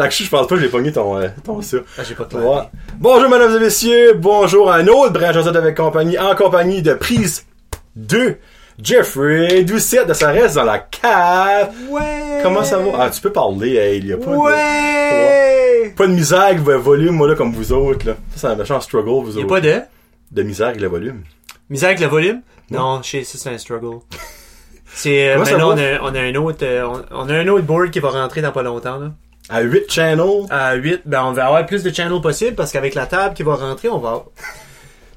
Actually, je pense pas que j'ai pogné ton, euh, ton ça. Ah, j'ai pas de Ouais. Bonjour, mesdames et messieurs. Bonjour à un autre Brad Josette avec compagnie, en compagnie de prise 2. Jeffrey Doucette de sa reste dans la cave. Ouais! Comment ça va? Ah, tu peux parler, hey, il y a pas Ouais! de... Pas de misère avec le volume, moi, là, comme vous autres, là. Ça, c'est un méchant struggle, vous Il y a autres. pas de de misère avec le volume. misère avec le volume? Non, chez ça, c'est un struggle. C'est, euh, Comment ça maintenant, on va? a, on a un autre, euh, on, on a un autre board qui va rentrer dans pas longtemps, là. À 8 channels. À 8, ben, on va avoir plus de channels possible parce qu'avec la table qui va rentrer, on va.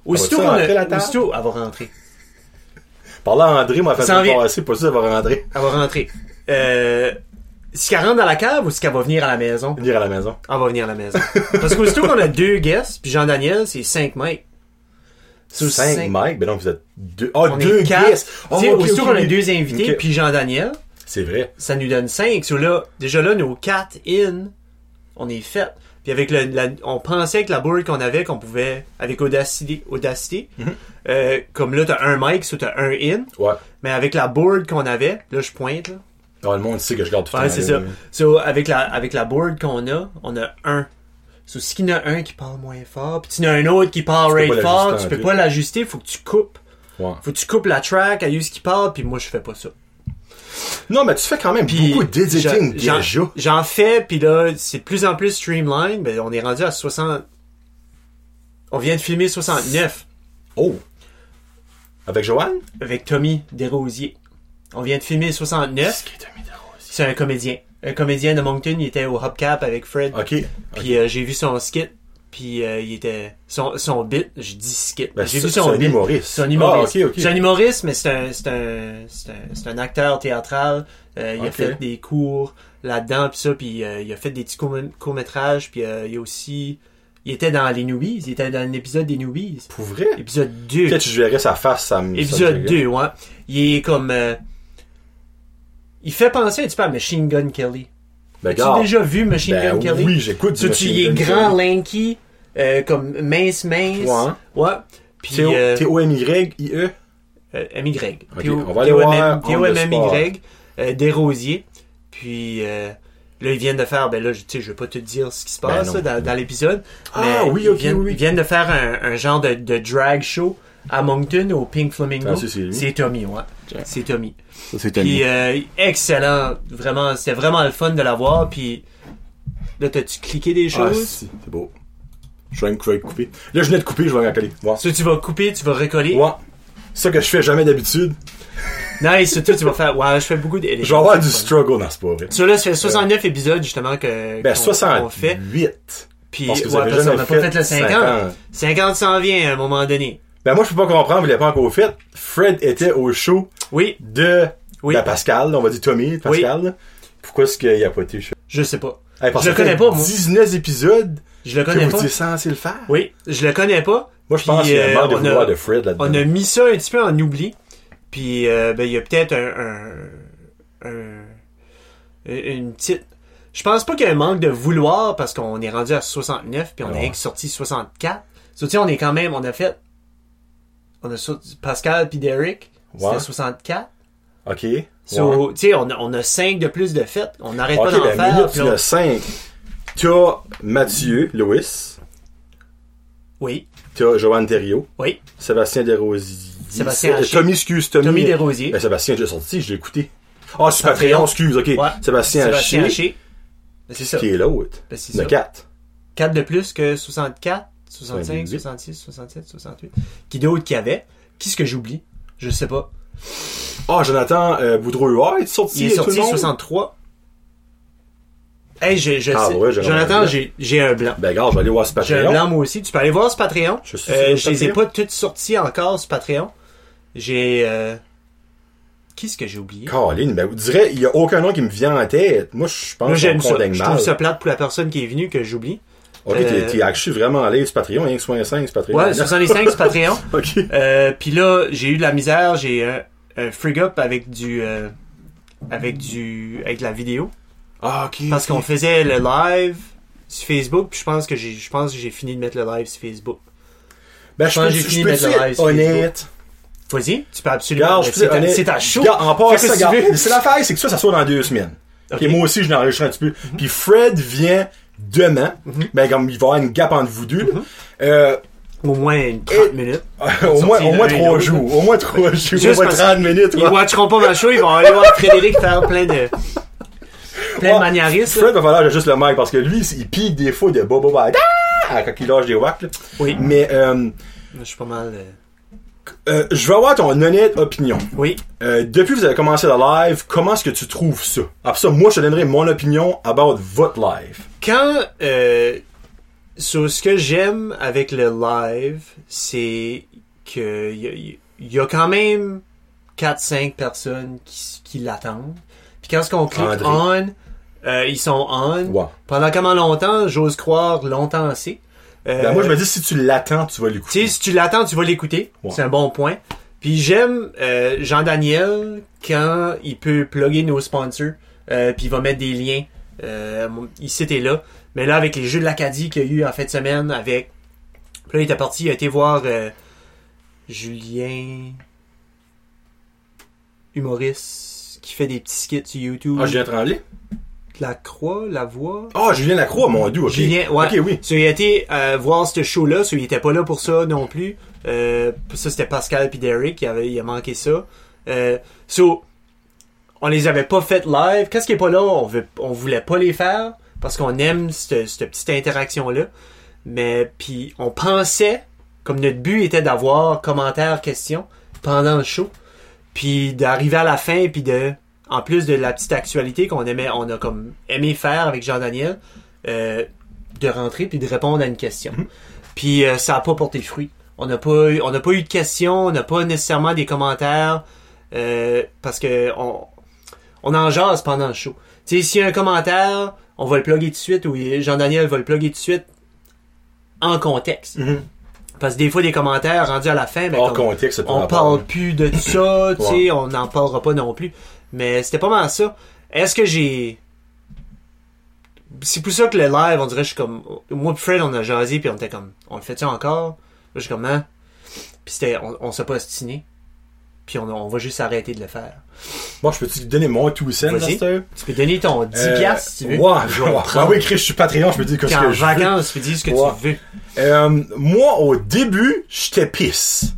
Aussitôt, va-tu on rentrer, la a, table? aussitôt, elle va rentrer. Parlant à André, m'a fait Ça en ça vient. passer, pas sûr d'avoir André Elle va rentrer. Euh, est-ce qu'elle rentre dans la cave ou est-ce qu'elle va venir à la maison? venir à la maison. Elle va venir à la maison. Parce qu'aussitôt qu'on a deux guests, puis Jean-Daniel, c'est 5 mètres. Sur 5 cinq- Mike, ben non, vous êtes deux. Ah, On deux est quatre. guests! Oh, Tu sais, ok, aussitôt ok, qu'on a ok. deux invités, Ok. puis Jean-Daniel, C'est vrai. ça nous donne cinq. So là, déjà là, nos quatre in, on est fait. Puis avec le, la- on pensait avec la board qu'on avait, qu'on pouvait, avec Audacity, Audacity Mhm. euh, comme là, t'as un mic, so t'as un in. Ouais. Mais avec la board qu'on avait, là, je pointe, là. Ah, le monde sait que je garde tout Ouais, le temps. c'est là. ça. So, avec la, avec la board qu'on a, on a un. So, si qu'il y en a un qui parle moins fort, puis tu en as un autre qui parle peux pas right fort, l'ajuster tu en peux plus. pas l'ajuster, faut que tu coupes. Ouais. Faut que tu coupes la track à ce qui parle, puis moi, je fais pas ça. Non, mais tu fais quand même Puis, beaucoup d'éditing j'en- déjà. j'en- J'en fais, puis là, c'est de plus en plus streamline. Ben, on est rendu à 60... On vient de filmer 69 Oh! Avec Joanne? avec Tommy Desrosiers. On vient de filmer 69. qui est Tommy Desrosiers? C'est un comédien. Un comédien de Moncton, il était au Hubcap avec Fred. Ah, Ok. Puis euh, j'ai vu son skit, puis euh, il était... Son, son bit, j'ai dit skit. Ben, j'ai c'est- vu son c'est un bit. humoriste. C'est un humoriste. Ah, ok, ok. C'est un humoriste, mais c'est un, c'est un, c'est un, c'est un acteur théâtral. Euh, il a Ok. fait des cours là-dedans, puis ça, puis euh, il a fait des petits courts- courts-métrages, puis euh, il a aussi... Il était dans les Noobies, il était dans l'épisode des Noobies. Pour vrai? Épisode 2. Peut-être que je verrais sa face, ça me. ça me Épisode ferait. 2, ouais. Il est comme... euh, il fait penser un petit peu à Machine Gun Kelly. Ben, As-tu garde. déjà vu Machine Ben Gun Kelly? oui, j'écoute Tu, du tu Machine y es Gun grand, Kelly. lanky, euh, comme mince, mince. Ouais. Puis, T-O- euh, T-O-M-Y-I-E? euh, MY. Ok, T O- on va aller voir T O M M on the Y. euh, Desrosiers. Puis, euh, là, ils viennent de faire, ben là, je- tu sais, je vais pas te dire ce qui se Ben passe non. là, dans, dans l'épisode. Ah, mais oui, ils ok, viennent, oui. Ils viennent de faire un, un genre de, de drag show à Moncton, au Pink Flamingo. Ah, ça, c'est lui. c'est Tommy, ouais. C'est Tommy. Ça, c'est Puis euh, excellent, vraiment, c'était vraiment le fun de l'avoir. Puis là, t'as-tu cliqué des Ah, choses? si, c'est beau. Je vais me je vais le couper. Là, je venais de couper, je vais me coller. Ouais. ça, tu vas couper, tu vas recoller. Ouais. Ça que je fais jamais d'habitude. Nice, ça, toi, tu vas faire. Ouais, je fais beaucoup de. Je vais avoir du struggle dans ce pas vrai. Ça, là, ça fait 69 épisodes, justement, que. Ben, qu'on- qu'on fait. 68. Puis, Parce que vous ouais, avez parce qu'on jamais n'a pas fait fait le 50. 50. 50, s'en vient à un moment donné. Ben, moi, je peux pas comprendre, il est pas encore fait. Fred était au show Oui, de Oui. ben, Pascal, on va dire Tommy, Pascal. Pourquoi est-ce qu'il a pas été show? je sais pas. Hey, parce je le que ça connais fait pas, moi. 19 épisodes Je le que connais vous pas. étiez censé le faire. Oui, je le connais pas. Moi, je pense Puis, qu'il y a un euh, manque de on a- vouloir de Fred là-dedans. On a mis ça un petit peu en oubli. Puis euh, ben, il y a peut-être un, un- un- une petite. Je pense pas qu'il y a un manque de vouloir parce qu'on est rendu à 69 puis on Ah a ouais. rien que sorti 64. So, tu sais, on est quand même, on a fait. On a sorti Pascal puis Derek. Ouais. C'était 64. OK. Ouais. So, tu sais, on, a- on a 5 de plus de fêtes. On n'arrête Ok, pas d'en ben, faire. minute, puis le on- 5. T'as Mathieu Lewis. Oui, T'as Joanne Thériault. oui. Sébastien Desrosiers. Euh, Sébastien Haché. Tommy, excuse, Tommy. Tommy Desrosiers. Ben, Sébastien est déjà sorti, je l'ai écouté. Ah, c'est Patreon, Patreon. excuse, ok. Ouais. Sébastien, Sébastien Haché. Haché. Ben, C'est ça. Qui est l'autre. Ben, c'est Le ça. 4. 4 de plus que 64, 68. 65, 66, 67, 68. Qui d'autre qu'il y avait? Qui ce que j'oublie? Je sais pas. Ah, Jonathan euh, Boudreau Huard est sorti. Il est tout le sorti monde? 63. Hey, je, je Ah sais. ouais, j'ai Jonathan, un j'ai, j'ai un blanc. Ben, gars, je vais aller voir ce J'ai un Patreon. blanc moi aussi. Tu peux aller voir ce Patreon. Je suis sur euh, le je les ai Patreon. pas toutes sorties encore, ce Patreon. J'ai... Euh... Qui ce que j'ai oublié? Caroline, ben, vous direz, il y a aucun nom qui me vient en tête. Moi, je pense Moi, que j'aime c'est ça. condamne Je mal. trouve ça plate pour la personne qui est venue que j'oublie. Ok, t'es- Euh, t'es actually vraiment à l'aise du Patreon, rien que 65, c'est Patreon. Ouais, 65, c'est Patreon. Ok. Euh, puis là, j'ai eu de la misère, j'ai un, un frig up avec du euh, avec du avec la vidéo Ah, ok. parce qu'on faisait le live sur Facebook, puis je pense que j'ai je pense que j'ai fini de mettre le live sur Facebook. Ben, je Quand peux, j'ai fini je peux de mettre le live être sur honnête. Vas-y, tu peux absolument Regarde, je c'est peux ta, honnête. c'est ta show. Regarde, en Fais passant, ce que tu regarde, veux. c'est l'affaire, c'est que ça, ça soit dans deux semaines. Ok. Mhm. Puis moi aussi, je l'ai enregistré un petit peu. Puis Fred vient demain. Ben, comme il va y avoir une gap entre vous deux. Mhm. Euh, Au moins une 30 Et- minutes. au moins, au moins l'un et trois l'autre. jours. Au moins trois jours. Au moins parce 30 qu'ils- minutes. Ils ouais. watcheront pas ma show, ils vont aller voir Frédéric faire plein de. plein Ouais. de maniarismes. là. Fred va falloir juste le mic parce que lui, il pique des fois de bobo bah, ah, quand il lâche des whacks. là. Oui. Mais euh, Je suis pas mal. euh, euh, je veux avoir ton honnête opinion. Oui. Euh, depuis que vous avez commencé le live, comment est-ce que tu trouves ça? Après ça, moi, je te donnerai mon opinion about votre live. Quand. euh, sur ce que j'aime avec le live, c'est que il y, a- y- y a quand même 4-5 personnes qui, s- qui l'attendent. Puis quand ce qu'on clique André. on, euh, ils sont on. Ouais. Pendant comment longtemps, j'ose croire longtemps assez. Euh, Ben, moi, je me dis, si tu l'attends, tu vas Tu sais, l'écouter. si tu l'attends, tu vas l'écouter. Ouais. C'est un bon point. Puis j'aime euh, Jean-Daniel quand il peut plugger nos sponsors, euh, puis il va mettre des liens. Euh, mon- ici, t'es là. Mais là, avec les Jeux de l'Acadie qu'il y a eu en fin de semaine, avec... Puis là, il était parti, il a été voir euh, Julien... Humoriste qui fait des petits skits sur YouTube. Ah, Julien Tremblay? La croix, la voix... Ah, Julien Lacroix, mon dieu, ok. Julien, ouais. Ok, oui. So, il a été euh, voir ce show-là, so, il était pas là pour ça non plus. Euh, ça, c'était Pascal puis Derek, il, avait, il a manqué ça. Euh, so, on les avait pas fait live. Qu'est-ce qui est pas là? On, veut, on voulait pas les faire parce qu'on aime cette, cette petite interaction-là. Mais puis, on pensait, comme notre but était d'avoir commentaires, questions pendant le show, puis d'arriver à la fin, puis de, en plus de la petite actualité qu'on aimait, on a comme aimé faire avec Jean-Daniel, euh, de rentrer puis de répondre à une question. Mhm. Puis euh, ça a pas porté fruit. On n'a pas eu, on n'a pas eu de questions, on n'a pas nécessairement des commentaires euh, parce que on on en jase pendant le show. Tu sais, s'il y a un commentaire, on va le plugger tout de suite ou Jean-Daniel va le plugger tout de suite en contexte. Mhm. Parce que des fois des commentaires rendus à la fin, ben, Hors comme- contexte, c'est pas on ma parle part. plus de ça, tu Ouais. sais, on n'en parlera pas non plus. Mais c'était pas mal ça. Est-ce que j'ai. C'est pour ça que le live, on dirait, que je suis comme. Moi, pis Fred, on a jasé, puis on était comme, on le fait-tu encore? Là, je suis comme, hein? Puis c'était, on, on s'est pas ostiné. Puis on, on va juste arrêter de le faire. Bon, je peux-tu te donner mon two cents, Vas-y. Duster? Tu peux donner ton 10$ Euh, piastres, si tu veux. Ouais, Je vais le ouais. prendre. Ah oui, Chris, je suis Patreon, je peux dire que Puis ce en que je veux. vacances, tu dis ce que Ouais. tu veux. Euh, moi, au début, j'étais pisse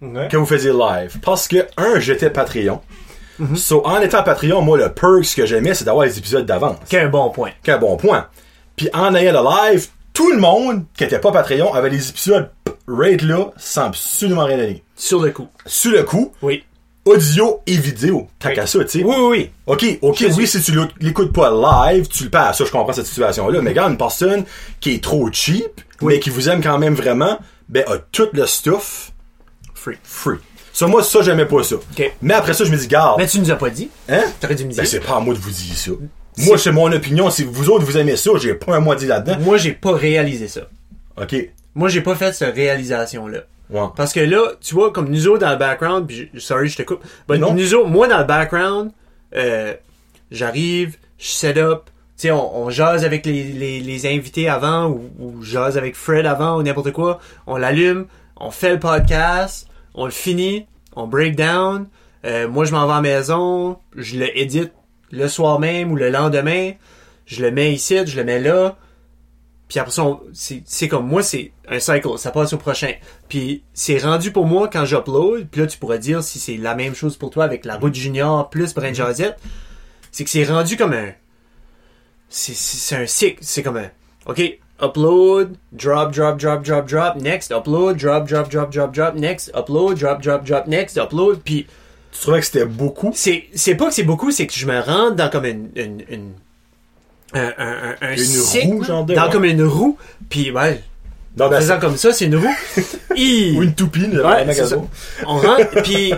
que vous faisiez live. Parce que, un, j'étais Patreon. Mm-hmm. So, en étant Patreon, moi, le perks que j'aimais, c'est d'avoir les épisodes d'avance. Qu'un bon point. Qu'un bon point. Puis en ayant le live, tout le monde qui était pas Patreon avait les épisodes p- right là, sans absolument rien donner. Sur le coup. Sur le coup, Oui. audio et vidéo. Tant qu'à ça, tu sais. Oui, oui, oui. OK, OK, oui, si tu l'au- l'écoutes pas live, tu le perds. Ça, je comprends cette situation-là. Mais quand une personne qui est trop cheap, mais qui vous aime quand même vraiment, ben, a tout le stuff Free. free. Ça, moi, ça, j'aimais pas ça. OK. Mais après ça, je me dis, garde, Mais tu nous as pas dit. hein? T'aurais dû me dire. Ben, c'est pas à moi de vous dire ça. Moi, c'est mon opinion. Si vous autres, vous aimez ça, j'ai pas un mot à dire là-dedans. Moi, j'ai pas réalisé ça. Mm. OK. Moi, j'ai pas fait cette réalisation-là. Ouais. Parce que là, tu vois, comme nous autres dans le background, puis je- sorry, je te coupe. mais Non. nous autres, moi dans le background, euh, j'arrive, je set up, tu sais, on, on jase avec les, les, les invités avant, ou, ou je jase avec Fred avant, ou n'importe quoi. On l'allume, on fait le podcast, on le finit, on break down. Euh, moi, je m'en vais à la maison, je le édite le soir même ou le lendemain. Je le mets ici, je le mets là. Puis après ça, on- c'est c'est comme moi, c'est un cycle, ça passe au prochain. Puis c'est rendu pour moi quand j'upload, puis là tu pourras dire si c'est la même chose pour toi avec la route junior plus Mm-hmm. Brain Josette, c'est que c'est rendu comme un... C'est c'est- c'est un cycle, c'est comme un... Ok, upload, drop, drop, drop, drop, drop, next, upload, drop, drop, drop, drop, drop, next, upload, drop, drop, drop, next, upload, puis Tu trouvais que c'était beaucoup? c'est c'est pas que c'est beaucoup, c'est que je me rentre dans comme une une une un, un, un- un Une cycle, roue, genre de- dans ouais. comme une roue, puis ouais, Non, en ben, faisant comme ça, c'est une roue. Hi! ou une toupie, nous avons un ouais, c'est ça. magasin. On rentre, puis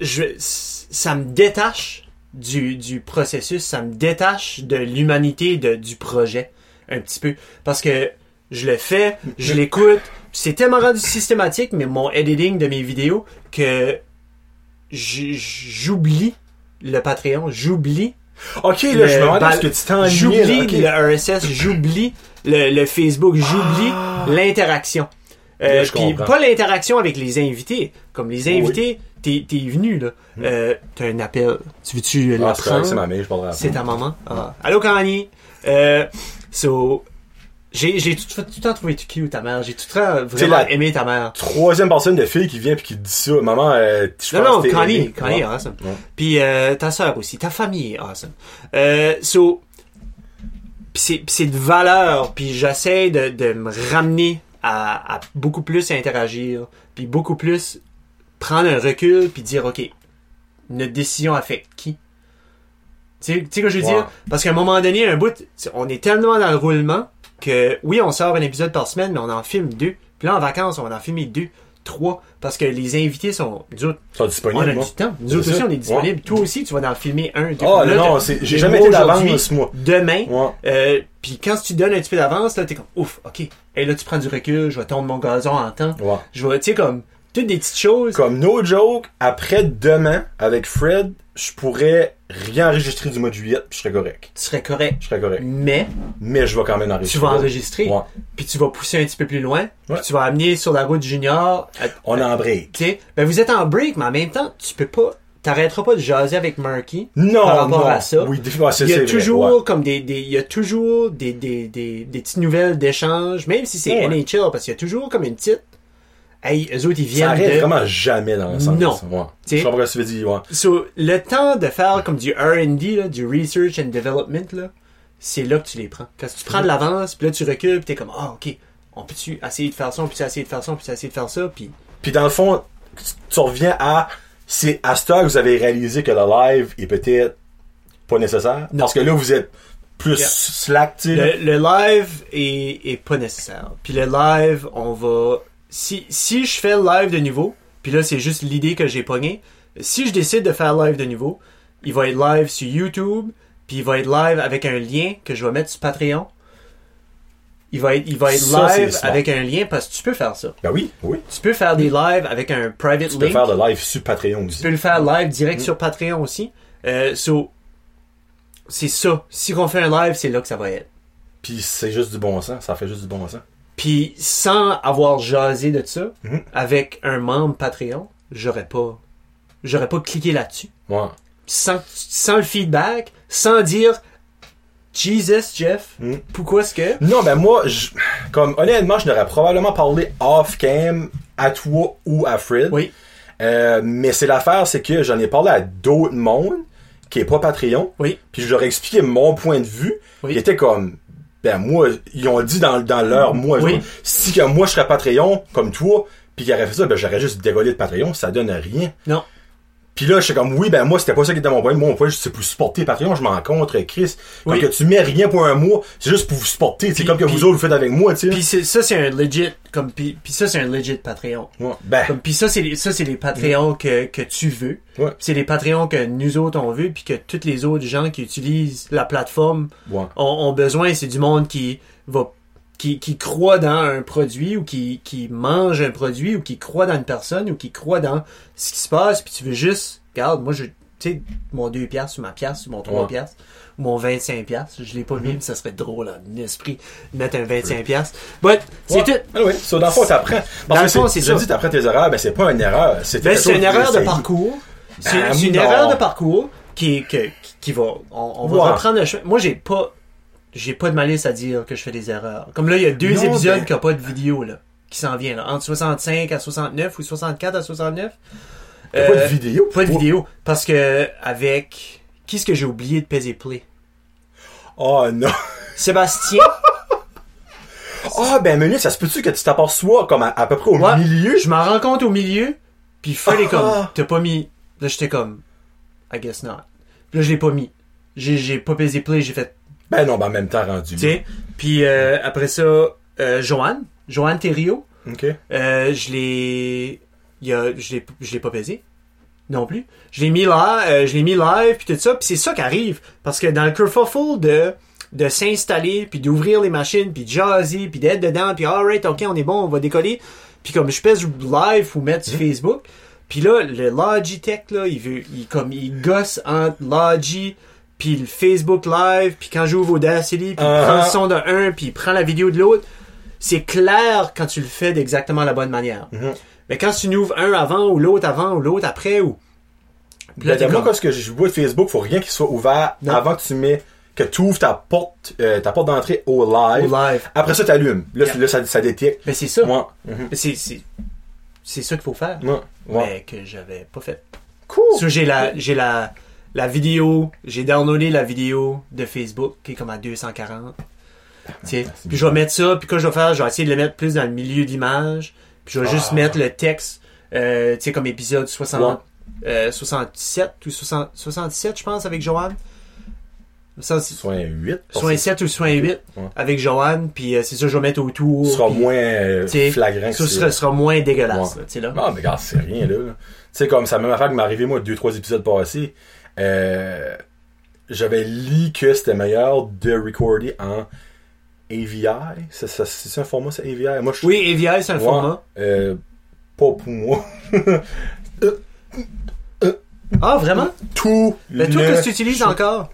je ça me détache du du processus, ça me détache de l'humanité de du projet un petit peu parce que je le fais, je l'écoute, c'est tellement rendu systématique mais mon editing de mes vidéos que j- j'oublie le Patreon, j'oublie OK, là, Le je me demandais bal- ce que tu t'en Ah, J'oublie le RSS, j'oublie le, le Facebook, j'oublie l'interaction. Euh, Ah! je puis comprends. pas l'interaction avec les invités. Comme les invités, t'es- t'es venu, là. Euh, t'as un appel. Tu veux-tu euh, Hmm. Ah, la c'est correct, prendre? c'est ma mère, je parlerai après. C'est ta maman. Ah. Allô, Kanye? Euh, so, j'ai j'ai tout, tout le temps trouvé tu cute, ta mère. J'ai tout le temps C'est vraiment la- aimé ta mère. Troisième personne de fille qui vient puis qui dit ça. Maman, euh, je Non, pense non, que t'es Kanye, aimée. Ah, Kanye, Ouais. awesome. Ouais. Puis euh, ta sœur aussi, ta famille est awesome. Euh, so, pis c'est pis c'est de valeur, puis j'essaie de, de me ramener à, à beaucoup plus interagir, puis beaucoup plus prendre un recul, puis dire, OK, notre décision affecte qui? Tu sais- tu sais que je veux Ouais. dire? Parce qu'à un moment donné, un bout, c'est- on est tellement dans le roulement que oui, on sort un épisode par semaine, mais on en filme deux. Puis là, en vacances, on va en filmer deux, trois, parce que les invités sont, nous autres, Ils sont on disponibles, a moi. du temps. Nous C'est autres aussi, ça. on est disponible. Ouais. Toi aussi, tu vas en filmer un. deux. Ah, Là, non, t'as- c'est- t'es j'ai jamais moi été d'avance, aujourd'hui, moi. Demain. Ouais. euh, Puis quand tu donnes un petit peu d'avance, là, t'es comme, ouf, ok. Et là, tu prends du recul, je vais tondre mon gazon en temps. Ouais. Je vais, tu sais, comme, toutes des petites choses. Comme no joke, après demain, avec Fred, je pourrais réenregistrer du mois de juillet, puis je serais correct. Tu serais correct. Je serais correct. Mais, Mais je vais quand même enregistrer. Mm. tu vas enregistrer. Ouais. Puis tu vas pousser un petit peu plus loin. Ouais. Puis tu vas amener sur la route junior. à- On en break. Tu sais, ben, vous êtes en break, mais en même temps, tu peux pas, t'arrêteras pas de jaser avec Murky. Non, Par rapport non. à ça. Oui, définitivement, c'est Il y a c'est vrai, toujours ouais. comme des, des- il y a toujours des, des, des, des petites nouvelles d'échange, même si c'est Ouais. NHL, parce qu'il y a toujours comme une petite. Hey, eux autres, ils Ça viennent. arrête de- vraiment jamais dans l'ensemble. Non. ça, ouais. T'sais- Je comprends ce que tu veux dire, ouais. So, le temps de faire comme du R&D, là, du Research and Development, là, c'est là que tu les prends. Parce que tu prends de l'avance, puis là, tu recules, puis t'es comme, ah, ok, on peut-tu essayer de faire ça, on peut-tu essayer de faire ça, on peut-tu essayer de faire ça, puis Puis dans le fond, tu, tu reviens à. C'est à ce temps que vous avez réalisé que le live est peut-être pas nécessaire. Non. Parce que là, vous êtes plus Yeah. slack, tu sais. là. Le, le live est, est pas nécessaire. Puis le live, on va. Si, si je fais le live de nouveau, puis là, c'est juste l'idée que j'ai pognée. Si je décide de faire live de nouveau, il va être live sur YouTube, puis il va être live avec un lien que je vais mettre sur Patreon. Il va être, il va être Ça, c'est live smart. avec un lien parce que tu peux faire ça. Ben oui, oui. Tu peux faire des lives avec un private Tu peux link. faire Mm. le live sur Patreon Tu aussi. peux le faire live direct sur Patreon aussi. Euh, so, c'est ça. Si on fait un live, c'est là que ça va être. Puis c'est juste du bon sens. Ça fait juste du bon sens. Puis sans avoir jasé de ça Mhm. avec un membre Patreon, j'aurais pas j'aurais pas cliqué là-dessus. Ouais. Sans, sans le feedback, sans dire Jesus Jeff, Mhm. pourquoi est-ce que Non, ben moi, je- comme honnêtement, je n'aurais probablement parlé off-cam à toi ou à Fred. Oui. Euh, mais c'est l'affaire, c'est que j'en ai parlé à d'autres mondes qui est pas Patreon. Oui. Puis je leur ai expliqué mon point de vue. Oui. Qui était comme, ben moi, ils ont dit dans, dans leur moi, Oui. je- si que moi je serais Patreon comme toi, puis qu'ils auraient fait ça, ben j'aurais juste dégolé de Patreon, ça donne rien. non, Puis là, je suis comme, oui, ben moi, c'était pas ça qui était mon point. Mon point, c'est pour supporter Patreon, je m'en contre, Chris. Comme Oui. que tu mets rien pour un mois, c'est juste pour vous supporter. C'est Puis- comme que puis- vous autres, vous faites avec moi, tu sais. puis c'est- ça c'est un legit comme puis, puis ça c'est un legit Patreon. Ouais. Ben, Comme puis ça c'est les- ça c'est les Patreons que, que tu veux. Mhm. Ouais. Puis C'est les Patreons que nous autres on veut puis que toutes les autres gens qui utilisent la plateforme ouais. ont, ont besoin, c'est du monde qui va qui, qui croit dans un produit ou qui, qui mange un produit ou qui croit dans une personne ou qui croit dans ce qui se passe puis tu veux juste regarde moi je tu sais mon 2 piastres ou ma piastre ou mon 3 Ouais. Mhm. piastres ou mon 25 piastres je l'ai pas mis mais ça serait drôle en esprit de mettre un 25 piastres but c'est Ouais. tout Ah oui, so, dans le fond, t'apprends. Dans Parce le que fond, c'est, c'est je ça. dis, t'apprends tes erreurs, ben c'est pas une erreur. C'est, Ben, quelque c'est chose une que erreur de t'essayes. parcours. C'est Ben, c'est une non. erreur de parcours qui, est- que- qui, qui va. On, on va Ouais. reprendre le chemin. Moi, j'ai pas. J'ai pas de malice à dire que je fais des erreurs. Comme là, il y a deux Non, épisodes ben- qui n'ont pas de vidéo, là. Qui s'en vient, là. Entre 65 à 69 ou 64 à 69. T'as Pas Euh, de vidéo. Pas de Oh. vidéo. Parce que, avec. Qui est-ce que j'ai oublié de peser play? Oh non. Sébastien? Ah, ben, minute, ça se peut-tu que tu t'aperçois comme à, à peu près au Ouais. milieu? je m'en rends compte au milieu, puis il fallait comme, Ah. t'as pas mis. Là, j'étais comme, I guess not. Puis là, je l'ai pas mis. J'ai j'ai pas pesé play, j'ai fait, Ben non, ben en même temps rendu. tiens. Puis euh, après ça, euh, Joanne, Joanne Terrio, OK. euh, je l'ai. il y a- Je l'ai- je l'ai pas pesé. Non plus. Je l'ai mis là, euh, je l'ai mis live, puis tout ça. Puis c'est ça qui arrive. Parce que dans le kerfuffle de de s'installer, puis d'ouvrir les machines, puis de jaser, puis d'être dedans, puis alright, ok, on est bon, on va décoller. Puis comme je pèse live ou mettre sur Facebook, puis là, le Logitech, là, il veut, il, comme, il gosse entre Logi, puis le Facebook Live, puis quand j'ouvre Audacity, puis il Uh-huh. prend le son de un, puis il prend la vidéo de l'autre. c'est clair quand tu le fais d'exactement la bonne manière. Mais quand tu ouvres un avant ou l'autre avant ou l'autre après ou. Puis là, Mais t'es Ben, moi, comme- parce que je vois de Facebook, faut rien qu'il soit ouvert Non. avant que tu mets, que tu ouvres ta porte, euh, ta porte d'entrée au live. Au live. Après ça, t'allumes. Là, Yeah. là, ça, ça détecte. Mais c'est ça. Moi. Mhm. C'est, c'est, c'est ça qu'il faut faire. Moi. Moi. Mais que j'avais pas fait. Cool. So, j'ai Oh. la, j'ai la, la vidéo, j'ai downloadé la vidéo de Facebook qui est comme à 240. Ah, Tu sais, puis je vais mettre ça, puis quand je vais faire, je vais essayer de le mettre plus dans le milieu de l'image, puis je vais Ah. juste mettre le texte, euh, tu sais, comme épisode 60, euh, 67 ou 60, 67, je pense, avec Joanne. Soin Soin 8. soin 7 ou soin 8 Ouais. avec Joanne, puis euh, c'est ça, je vais mettre autour. Tu seras puis, moins euh, tu sais, flagrant que Ça c'est- sera, sera moins dégueulasse, Ouais. Bah. là, tu sais, là. Non, mais regarde, c'est rien, là. là. Tu sais, comme ça, même affaire qui m'est arrivé, moi, deux, trois épisodes passés, euh, j'avais lu que c'était meilleur de recorder en AVI. C'est ça- c'est un format, ça, AVI? Moi, je Oui, AVI, c'est un Ouais, format. euh, pas pour moi. Ah, vraiment? Tout Mais Ben, toi, le- qu'est-ce que tu utilises encore?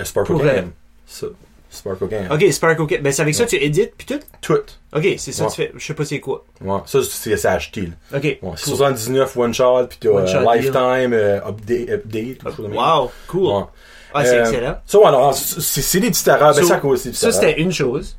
Euh, Sparkle Pour elle. Game. Ça. Sparkle Game. Ok, Spark, ok. Ben, c'est avec ça, tu édites, puis tout. Tout. Ok, c'est ça, Ouais. tu fais. Je sais pas c'est quoi. Ouais. Ça, c'est c'est acheté, là. Ok. Ouais, c'est 79 one shot, puis t'as One shot euh, deal. lifetime, euh, update, update, quelque chose de même. Wow, cool. Ouais. Ah, c'est Euh, excellent. Ça, ouais, alors, c'est c'est des petites erreurs. Ben, So, ça, à cause des petites Ça, erreurs. c'était une chose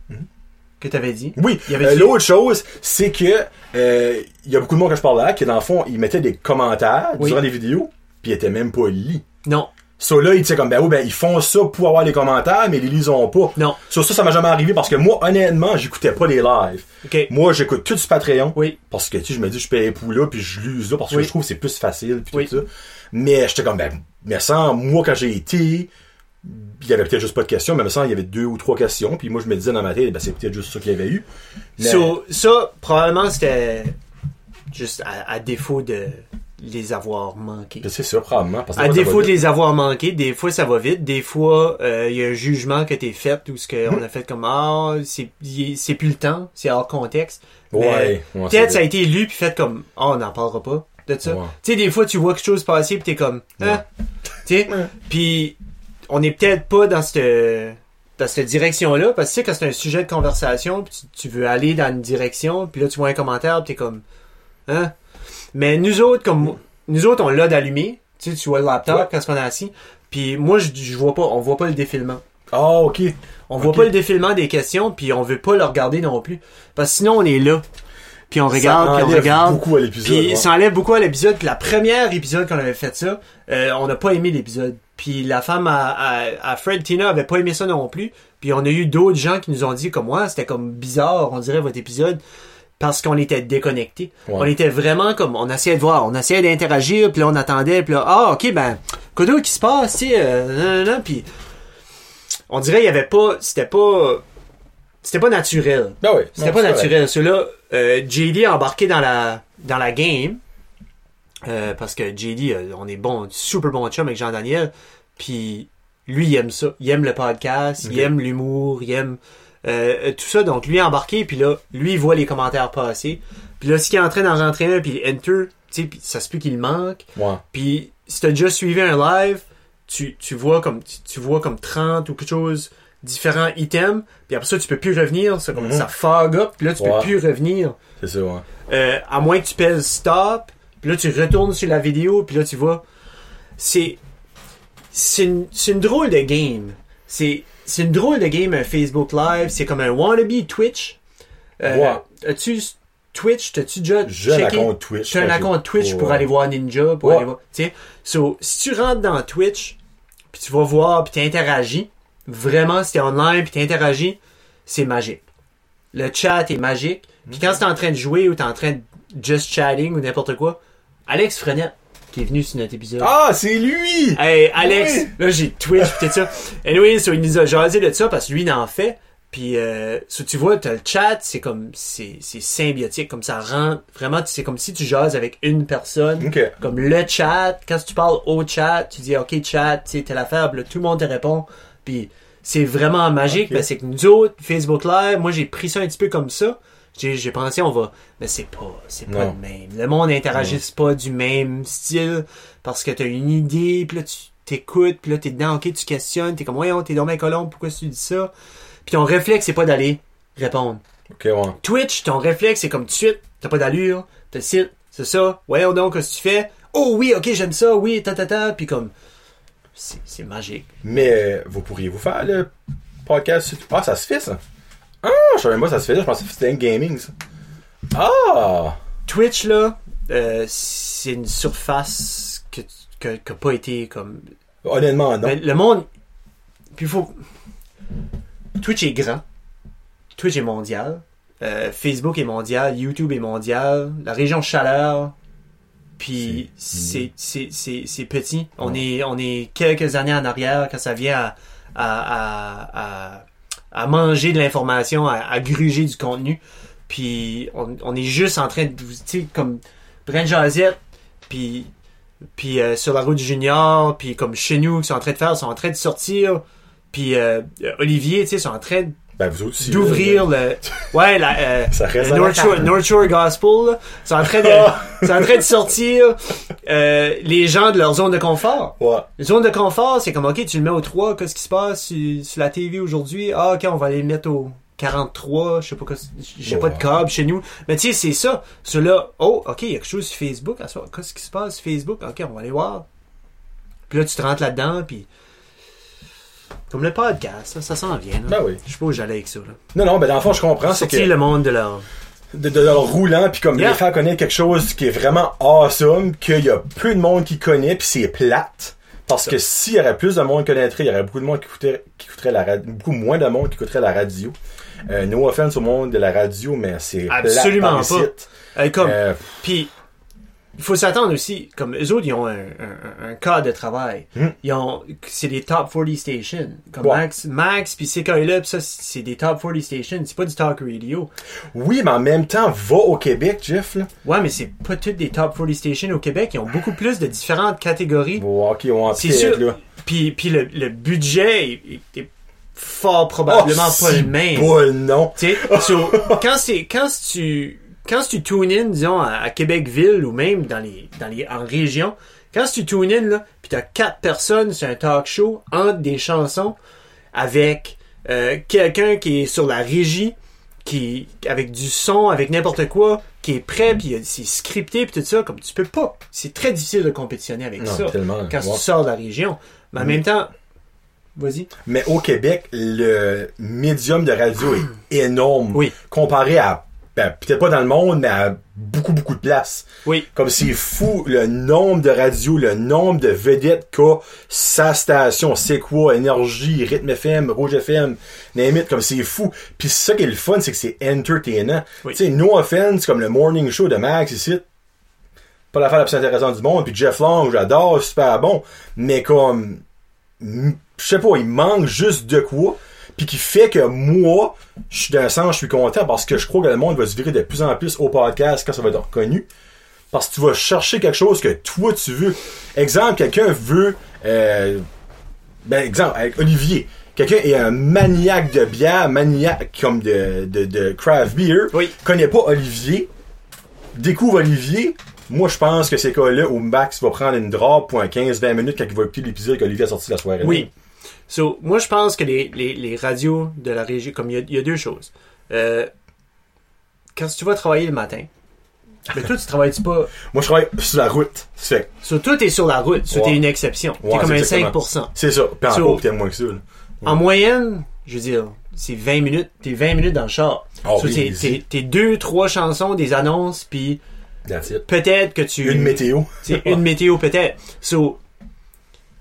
que t'avais dit. Mhm. Oui, Il y avait euh, du- l'autre chose, c'est que euh, il y a beaucoup de monde que je parle là, qui dans le fond, ils mettaient des commentaires Oui. durant les vidéos, puis ils étaient même pas lits. Non, So là, ils disaient comme ben oui, ben ils font ça pour avoir les commentaires, mais ils les lisons pas. non. Sur ça, ça m'a jamais arrivé parce que moi, honnêtement, j'écoutais pas les lives. Ok. Moi, j'écoute tout sur Patreon. Oui. Parce que, tu sais, je me dis, je paye pour là, puis je l'use là, parce que Oui. je trouve que c'est plus facile, puis Oui. tout ça. Mais j'étais comme, ben, mais sans, moi, quand j'ai été, il y avait peut-être juste pas de questions, mais sans, il y avait deux ou trois questions, puis moi, je me disais dans ma tête, ben, c'est peut-être juste ça qu'il y avait eu. Mais- So, ça, probablement, c'était juste à, à défaut de les avoir manqués. Ben, c'est ça, probablement. Parce que À moi, ça défaut va de vite. les avoir manqués, des fois ça va vite, des fois euh, il y a un jugement que t'es fait ou ce qu'on Mhm. a fait comme ah c'est il- c'est plus le temps, c'est hors contexte. Ouais, Mais ouais, c'est Peut-être ça a vrai. été lu puis fait comme ah on n'en parlera pas de ça. Ouais. Tu sais des fois tu vois quelque chose passer puis t'es comme ah tu sais puis on est peut-être pas dans cette dans cette direction là parce que tu sais quand c'est un sujet de conversation puis tu, tu veux aller dans une direction puis là tu vois un commentaire puis t'es comme hein mais nous autres, comme nous autres, on l'a d'allumé. Tu sais, tu vois le laptop Ouais. quand on est assis. Puis moi, je, je vois pas, on voit pas le défilement. Ah, ok. On voit Ok. pas le défilement des questions, puis on veut pas le regarder non plus. Parce que sinon, on est là. Puis on Ça regarde, puis on enlève regarde. beaucoup à l'épisode. Puis ouais. ça enlève beaucoup à l'épisode. Puis la première épisode qu'on avait fait ça, euh, on n'a pas aimé l'épisode. Puis la femme à, à- à Fred Tina avait pas aimé ça non plus. Puis on a eu d'autres gens qui nous ont dit comme moi, c'était comme bizarre, on dirait votre épisode parce qu'on était déconnecté. Ouais. On était vraiment comme on essayait de voir, on essayait d'interagir, puis là on attendait, puis là ah OK ben quoi d'autre qui se passe, tu sais, euh, nan, nan, nan. puis on dirait il y avait pas c'était pas c'était pas naturel. Ben oui. C'était Non, pas c'est naturel. Ceux-là, euh, JD a embarqué dans la, dans la game. euh, parce que JD, euh, on est bon, super bon chum avec Jean-Daniel. Puis lui, il aime ça. Il aime le podcast, il aime l'humour, il aime euh, euh, tout ça. Donc lui, est embarqué. Puis là, lui, il voit les commentaires passer. Puis là, ce qui est en train d'en rentrer un, puis enter, tu sais, puis ça se peut qu'il manque. correct. Ouais. Puis si t'as déjà suivi un live, tu, tu vois comme tu, tu vois comme 30 ou quelque chose différents items, puis après ça tu peux plus revenir, ça comme Mhm. ça fog up, puis là tu Ouais. peux plus revenir C'est ça, ouais. Euh, à moins que tu pèses stop, puis là tu retournes sur la vidéo, puis là tu vois c'est c'est une, c'est une drôle de game. C'est c'est une drôle de game un Facebook live, c'est comme un wannabe Twitch. Euh, Ouais. As-tu Twitch, t'as-tu déjà Je la checké? compte Twitch. Tu as un compte Twitch pour aller voir Ninja, pour Ouais. aller voir. Tu sais, so, si tu rentres dans Twitch, puis tu vas voir, puis tu interagis, vraiment, si tu online, puis tu interagis, c'est magique. Le chat est magique. Puis Mhm. quand tu en train de jouer ou tu en train de just chatting ou n'importe quoi, Alex Frenette, qui est venu sur notre épisode. Ah, c'est lui! Hey, Alex, Oui. là j'ai Twitch pis tout ça. Anyway, so, il nous a jasé de ça parce que lui il en fait. Puis euh, so, tu vois, t'as le chat, c'est comme c'est c'est symbiotique, comme ça rend vraiment, c'est comme si tu jases avec une personne. Ok. Comme le chat, quand tu parles au chat, tu dis ok chat, tu sais, telle affaire, puis là, tout le monde te répond. Puis c'est vraiment magique, Ok. mais c'est que nous autres, Facebook Live, moi j'ai pris ça un petit peu comme ça. J'ai j'ai pensé on va, mais c'est pas c'est pas Non. le même. Le monde interagisse pas du même style parce que t'as une idée, puis là tu t'écoutes, puis là t'es dedans, ok, tu questionnes, t'es comme voyons, t'es dans ma colombe, pourquoi tu dis ça? Puis ton réflexe c'est pas d'aller répondre. Ok, ouais. Twitch, ton réflexe, c'est comme tout de suite, t'as pas d'allure, t'as site, c'est ça, voyons donc, qu'est-ce que tu fais? Oh oui, ok, j'aime ça, oui, ta ta ta, puis comme. C'est c'est magique. Mais euh, vous pourriez vous faire le podcast sur- Ah, ça se fait ça. Ah, je savais pas ça se fait. Je pensais que c'était un gaming ça. Ah! Twitch, là, euh, c'est une surface que, que, qui a pas été comme. Honnêtement, non. Ben, le monde. Puis faut. Twitch est grand. Twitch est mondial. Euh, Facebook est mondial. YouTube est mondial. La région chaleur. Puis c'est c'est- c'est c'est petit. On est on est quelques années en arrière quand ça vient à à, à, à- à manger de l'information, à, à gruger du contenu. Puis on, on est juste en train de tu sais comme Brent Josette puis puis euh, sur la route du junior, puis comme chez nous, qui sont en train de faire, sont en train de sortir, puis euh, euh, Olivier, tu sais, sont en train Ben, vous aussi. d'ouvrir le, ouais, la, euh, Ça reste Ah, à la le North, Shore, carte. Oh. North Shore Gospel, là, sont en train de, sont en train de sortir euh, les gens de leur zone de confort. là. Ouais. Zone de confort, c'est comme, ok, tu le mets au 3, qu'est-ce qui se passe sur, sur la TV aujourd'hui? Ah, ok, on va aller le mettre au 43, je sais pas, qu'est-ce- j'ai pas de Ouais. câble chez nous. Mais tu sais, c'est ça. Ceux-là, oh, ok, il y a quelque chose sur Facebook, à ce soir. qu'est-ce qui se passe sur Facebook? Ok, on va aller voir. Puis là, tu te rentres là-dedans, puis. Comme le podcast, là, ça s'en vient. là. Ben oui. Je sais pas où j'allais avec ça. Là. Non, non, ben dans le fond, je comprends. C'est que. Sortir le monde de leur. de, de leur roulant puis comme Yeah. les faire connaître quelque chose qui est vraiment awesome qu'il y a peu de monde qui connaît puis c'est plate parce que s'il y aurait plus de monde qui connaîtrait il y aurait beaucoup de monde qui écouterait, qui écouterait la radio beaucoup moins de monde qui écouterait la radio euh, no offense au monde de la radio mais c'est plate Absolument par ici. pas. Euh, comme, Euh, Puis, il faut s'attendre aussi, comme eux autres, ils ont un, un, un- un cadre de travail. Mm. Ils ont, c'est des top 40 stations. Comme Ouais. Max, Max, puis CKLA, pis ça, c'est des top 40 stations. C'est pas du talk radio. oui mais en même temps va au Québec Jeff là Ouais, mais c'est pas toutes des top 40 stations au Québec. Ils ont beaucoup plus de différentes catégories. Bon, ok on va C'est peut-être, sûr. là Puis, puis le, le budget est, est fort probablement Oh, pas si le même. bol, non Tu sais, so, quand c'est quand c'est tu quand c'est tu tune in disons à, à Québec-Ville ou même dans les dans les en région, quand c'est tu tune in là, puis t'as quatre personnes sur un talk show entre des chansons avec euh, quelqu'un qui est sur la régie qui avec du son, avec n'importe quoi, qui est prêt puis euh, c'est scripté puis tout ça comme tu peux pas. C'est très difficile de compétitionner avec non ça tellement quand ouais. tu sors de la région. Mais en même temps, vas-y. Mais au Québec, le médium de radio est énorme. Oui. Comparé à, ben, peut-être pas dans le monde, mais à beaucoup, beaucoup de places. Oui. Comme c'est fou le nombre de radios, le nombre de vedettes qu'a sa station. C'est quoi? Énergie, Rythme FM, Rouge FM, name it, comme c'est fou. Puis ça qui est le fun, c'est que c'est entertainant. Oui. Tu sais, No Offense, comme le morning show de Max ici, pas l'affaire la plus intéressante du monde. Puis Jeff Long, j'adore, super bon. Mais comme, m- je sais pas, il manque juste de quoi. Puis qui fait que moi, je suis d'un sens, je suis content parce que je crois que le monde va se virer de plus en plus au podcast quand ça va être reconnu. Parce que tu vas chercher quelque chose que toi tu veux. Exemple, quelqu'un veut. euh, ben, exemple, avec Olivier. Quelqu'un est un maniaque de bière, maniaque comme de, de, de craft beer. Oui. Connaît pas Olivier. Découvre Olivier. Moi, je pense que c'est quoi là où Max va prendre une drape pour un 15-20 minutes quand il va écouter l'épisode qu'Olivier a sorti la soirée. Oui. So, moi, je pense que les, les, les radios de la région, comme il y a- il y, a deux choses. Euh, quand tu vas travailler le matin, mais toi, tu travailles pas. Moi, je travaille sur la route. C'est So, toi, t'es sur la route. So, Ouais. t'es une exception. Ouais, t'es comme c'est un exactement. 5%. c'est ça. Puis So- encore, peut-être moins que ça. là. En moyenne, je veux dire, c'est 20 minutes. T'es 20 minutes dans le char. Ah so, oui, t'es- easy. t'es- t'es deux, trois chansons, des annonces, puis That's it. peut-être que tu. Une météo. C'est une météo peut-être. So,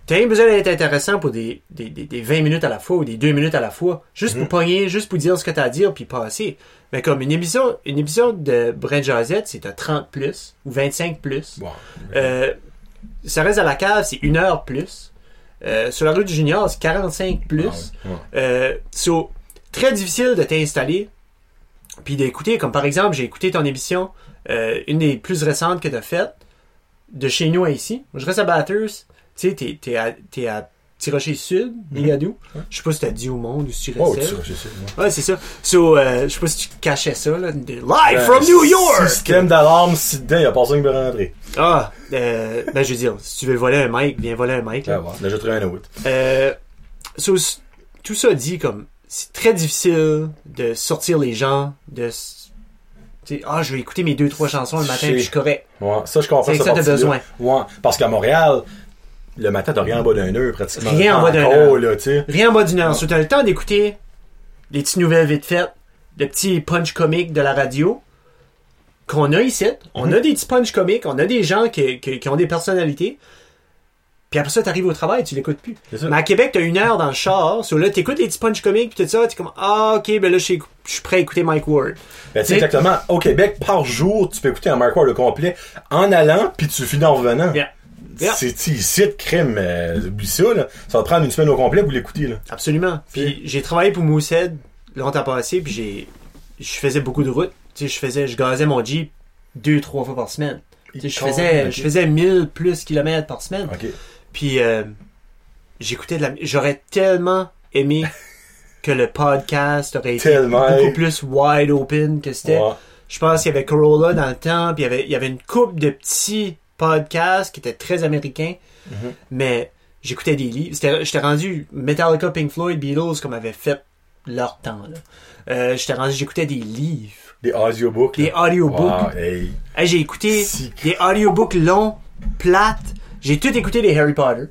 t'as rien besoin d'être intéressant pour des, des, des, des 20 minutes à la fois ou des 2 minutes à la fois. Juste Mhm. pour pogner, juste pour dire ce que t'as à dire puis passer. Mais comme une émission, une émission de Brent Josette, c'est à 30 plus ou 25 plus. Bon. ben, Euh, ça reste à la cave, c'est une heure plus. Euh, sur la rue du Junior, c'est 45 plus. Ah ouais. Ouais. Euh, so, très difficile de t'installer puis d'écouter. Comme par exemple, j'ai écouté ton émission, euh, une des plus récentes que tu as faites, de chez nous à ici. Moi, je reste à Bathurst. Tu sais, t'es, t'es à, t'es à Tirocher Sud, Migadou. Je sais pas si t'as dit au monde ou si tu Mhm. Oh, restais. tu sais, je sais, ouais. ouais, c'est ça. So, euh, je sais pas si tu cachais ça, là. de- Live Euh, from New York! Système d'alarme, si dedans, il y a personne qui peut rentrer. Ah, euh, ben, je veux dire, si tu veux voler un mic, viens voler un mic, là. Là, je trouve un autre. Euh, so, s- tout ça dit comme c'est très difficile de sortir les gens de. s- tu sais, ah, je vais écouter mes deux, trois chansons le matin Chez- puis je suis correct. Ouais, ça, je comprends C'est cette ça que t'as partie-là. besoin. Ouais, parce qu'à Montréal, le matin, t'as rien en bas d'un heure, pratiquement. Rien en bas d'un Oh, heure. là, tu sais. Rien en bas d'une heure. Si t'as le temps d'écouter les petites nouvelles vite faites, le petit punch comique de la radio qu'on a ici. On a des petits punch comiques, on a des gens qui, qui- qui ont des personnalités. Puis après ça, t'arrives au travail, tu l'écoutes plus. C'est ça. Mais à Québec, t'as une heure dans le char. So là, t'écoutes les petits punch comiques, puis tout ça, t'es comme, ah, ok, ben là, je suis je suis prêt à écouter Mike Ward. Ben, tu sais, Mais- exactement. Au Québec, par jour, tu peux écouter un Mark Ward au complet en allant, puis tu finis en revenant. Yeah. Yeah. C'est tu sais, ici, de crime. euh, oublie ça, là. Ça va te prendre une semaine au complet pour l'écouter, là. Absolument. Puis j'ai travaillé pour Moosehead longtemps passé, puis j'ai je faisais beaucoup de routes. Tu sais, je faisais je gazais mon Jeep deux trois fois par semaine. Tu sais, je faisais je faisais 1000 plus kilomètres par semaine. Ok. Puis euh, j'écoutais de la j'aurais tellement aimé que le podcast aurait été Tellement, hey. beaucoup plus wide open que c'était. Ouais. Je pense qu'il y avait Corolla dans le temps, puis il y avait, il y avait une coupe de petits podcasts qui étaient très américains, Mhm. mais j'écoutais des livres. C'était- J'étais rendu Metallica, Pink Floyd, Beatles, comme avait fait leur temps. là. Euh, j'étais rendu, j'écoutais des livres, Des audiobooks. des là. audiobooks. Wow, hey. Hey, j'ai écouté Si. des audiobooks longs, plates. J'ai tout écouté des Harry Potter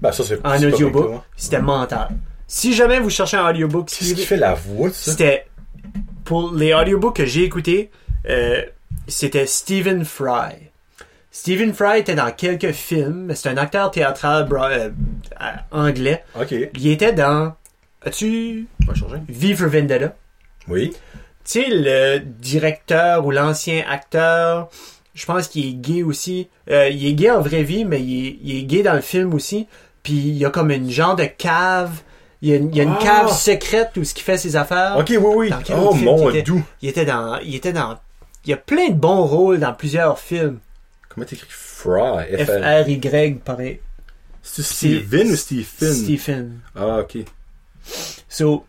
Ben, ça, c'est en c'est correct, audiobook. là. C'était mental. Si jamais vous cherchez un audiobook, Qu'est-ce qui fait la voix, de ça? c'était pour les audiobooks que j'ai écoutés, euh, c'était Stephen Fry. Stephen Fry était dans quelques films, mais c'est un acteur théâtral bra- euh, euh, anglais. Ok. Il était dans as-tu On va changer. V for Vendetta Oui. Tu sais le directeur ou l'ancien acteur, je pense qu'il est gay aussi. Euh, il est gay en vraie vie, mais il est, il est gay dans le film aussi. Puis il y a comme une genre de cave. Il y a une, il y a une Ah! cave secrète où ce qui fait ses affaires. Ok, oui, oui. Ah. Dans quel Oh, autre film mon qui était- doux. Il était dans. Il était dans. Il y a plein de bons rôles dans plusieurs films. Comment t'écris Fry? F L. F-R-Y, pareil. C'est Steven ou Stephen? Stephen. Ah, ok. So,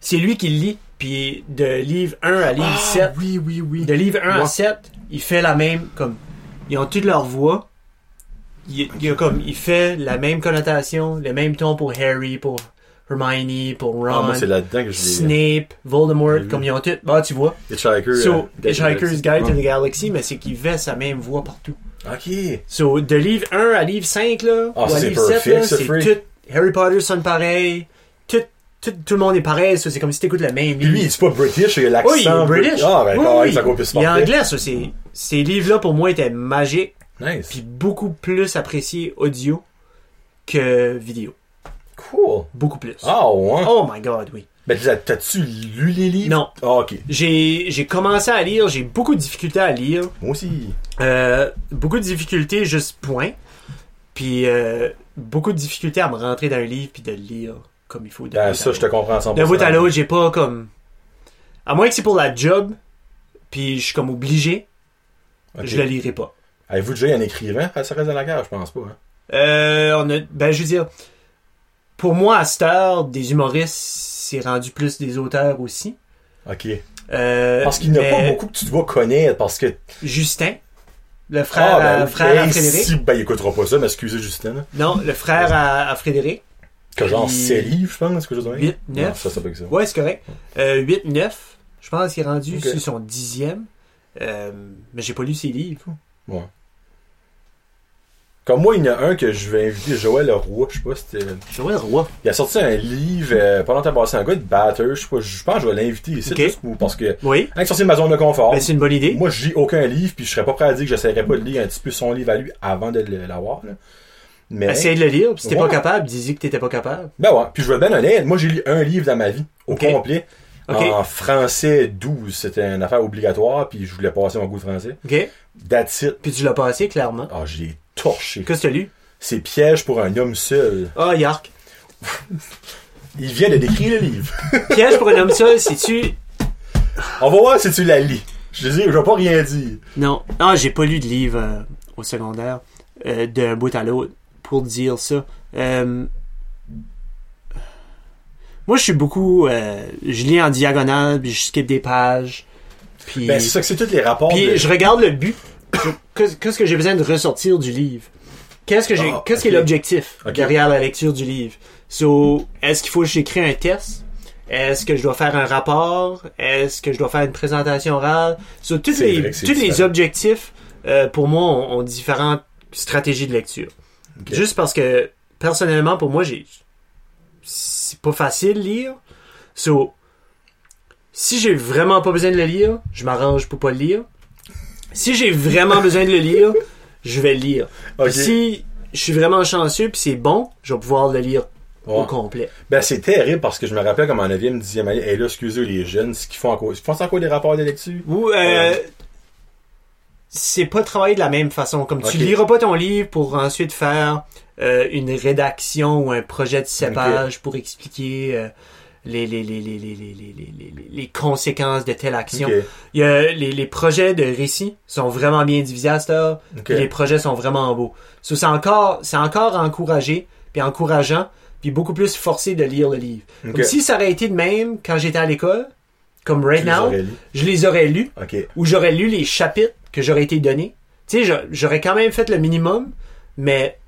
c'est lui qui lit. Puis de livre 1 à livre 7. Ah, oui, oui, oui. De livre 1 à Ouais. 7, il fait la même. Comme. Ils ont toutes leur voix. Il, il, a comme, il fait la même connotation, le même ton pour Harry, pour Hermione, pour Ah, Ron, moi, c'est là-dedans que je l'ai. Snape, Voldemort, J'ai vu. comme ils ont toutes. Bah, tu vois. Hitchhiker. So, euh, Hitchhiker's Guide to Ouais. the Galaxy, mais c'est qu'il fait sa même voix partout. Ok. So, de livre 1 à livre 5, là, Ah, ou à c'est livre 7, là, perfect, ça, c'est Free. tout. Harry Potter sonne pareil. Tout, tout, tout le monde est pareil, ça. C'est comme si t'écoutes le même Puis lui, il livre. est pas British, il a l'accent. Oui, il est British. Ah, ben, Oui, quand même, oui. ça compte plus Il est parfait. anglais, ça. c'est- Ces livres-là, pour moi, étaient magiques, Nice. puis beaucoup plus appréciés audio que vidéo. Cool. Beaucoup plus. Ah, ouais. Oh my god, oui. Ben, t'as- t'as-tu lu les livres? Non. Ah, ok. J'ai j'ai commencé à lire, j'ai beaucoup de difficultés à lire. Moi aussi. Euh, beaucoup de difficultés, juste point. Puis euh, beaucoup de difficultés à me rentrer dans un livre puis de le lire comme il faut. d'un Ben, bout ça, à je te comprends 100%. l'autre. D'un bout à l'autre, j'ai pas comme. À moins que c'est pour la job, puis je suis comme obligé, Ok. je le lirai pas. Avez-vous déjà eu un écrivain? Ah, Ça reste dans la guerre, je pense pas. hein. Euh, on a, ben, je veux dire, pour moi, à cette heure, des humoristes, c'est rendu plus des auteurs aussi. Ok. Euh, Parce qu'il n'y a pas mais beaucoup que tu dois connaître, parce que Justin, le frère, ah, ben, à, frère à ben, Frédéric. Si, ben, il écoutera pas ça, mais excusez Justin. là. Non, le frère à- à Frédéric. Que genre Puis- 7 livres, je pense, que je dois Huit, neuf. Non, ça, c'est pas que ça. Ouais, c'est correct. Euh, 8-9. Je pense qu'il est rendu Ok. sur son dixième. Euh, mais j'ai pas lu ses livres. Ouais. Comme moi, il y en a un que je vais inviter, Joël Roy, je sais pas si c'était... Joël Roy. Il a sorti un livre, euh, pas longtemps passé, un gars de batteur, je sais pas, je pense que je vais l'inviter ici, Ok. juste pour- parce que... Oui. Un qui sorti de ma zone de confort. Ben, c'est une bonne idée. Moi, je lis aucun livre, puis je serais pas prêt à dire que j'essaierais pas de lire un petit peu son livre à lui avant de le- l'avoir, là. Mais... Essaye de le lire. puis Si t'es Ouais. pas capable, dis-y que t'étais pas capable. Ben ouais, puis je vais être ben honnête, moi j'ai lu un livre dans ma vie, au Ok. complet. Ok. En français 12, c'était une affaire obligatoire, puis je voulais passer mon goût de français. OK? That's it. Puis tu l'as passé, clairement. Ah, j'ai torché. Qu'est-ce que t'as lu? C'est piège pour un homme seul. Ah, Yark. Il vient de décrire le livre. Piège pour un homme seul, c'est-tu... On va voir si tu la lis. Je te dis, je vais pas rien dire. Non. Ah, j'ai pas lu de livre euh, au secondaire euh, d'un bout à l'autre pour dire ça. Euh, Moi, je suis beaucoup... euh, je lis en diagonale, puis je skip des pages. Puis... Ben, c'est ça que c'est tous les rapports. de- Puis je regarde le but. Je- qu'est-ce- Qu'est-ce que j'ai besoin de ressortir du livre? Qu'est-ce que j'ai, Ah, qu'est-ce ok. qui est l'objectif Ok. derrière la lecture du livre? So, est-ce qu'il faut que j'écris un test? Est-ce que je dois faire un rapport? Est-ce que je dois faire une présentation orale? Sur tous C'est les, vrai que c'est tous les différent. objectifs, euh, pour moi, ont, ont différentes stratégies de lecture. Ok. Juste parce que, personnellement, pour moi, j'ai c'est pas facile de lire. So, si j'ai vraiment pas besoin de le lire, je m'arrange pour pas le lire. Si j'ai vraiment besoin de le lire, je vais le lire. Ok. Puis Si je suis vraiment chanceux puis c'est bon, je vais pouvoir le lire au Ouais. complet. Ben, c'est terrible parce que je me rappelle comme en 9e, 10e année, et là, excusez les jeunes, ce qu'ils font encore. Ils font ça encore des rapports de lecture? Ou euh, c'est pas travailler de la même façon. Comme tu Ok. liras pas ton livre pour ensuite faire euh, une rédaction ou un projet de cépage pour expliquer euh, les, les, les, les, les, les, les, les- les- les conséquences de telle action. Ok. Il y a- les, les projets de récit sont vraiment bien divisés à cette heure. Ok. Puis les projets sont vraiment beaux. So, c'est encore, c'est encore encouragé, puis encourageant, puis beaucoup plus forcé de lire le livre. Ok. Comme si ça aurait été de même quand j'étais à l'école, comme right Tu les now, aurais lus. je les aurais lus, Ok. ou j'aurais lu les chapitres que j'aurais été donné. Tu sais, je- j'aurais quand même fait le minimum, mais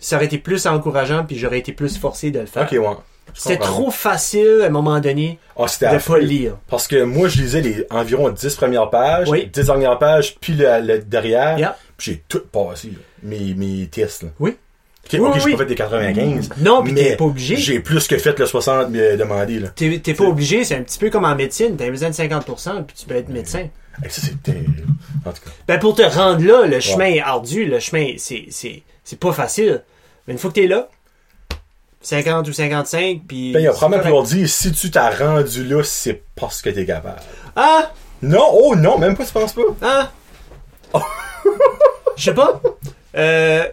ça aurait été plus encourageant, puis j'aurais été plus forcé de le faire. Ok, ouais. Je C'était comprends. trop facile à un moment donné Ah, c'était de affreux. pas le lire. Parce que moi, je lisais les environ 10 premières pages, Oui. 10 dernières pages, puis le, le derrière. Yeah. Puis j'ai tout passé, là, mes, mes tests. Là. Oui. Ok, Oui, ok, oui, j'ai oui. pas fait des 95. Non, puis mais t'es pas obligé. J'ai plus que fait le 60 euh, demandé. Là. T'es t'es pas obligé, c'est un petit peu comme en médecine, t'as besoin de 50%, puis tu peux être médecin. Hey, ça, c'est terrible. En tout cas. Ben pour te rendre là, le chemin est ardu, le chemin, c'est, c'est, c'est pas facile. Mais une fois que t'es là, 50 ou 55, puis... Ben, il y a un problème c'est pour dire si tu t'as rendu là, c'est parce que t'es capable. correct. Ah! Non, oh non, même pas, tu penses pas. Ah! Je sais pas. Euh...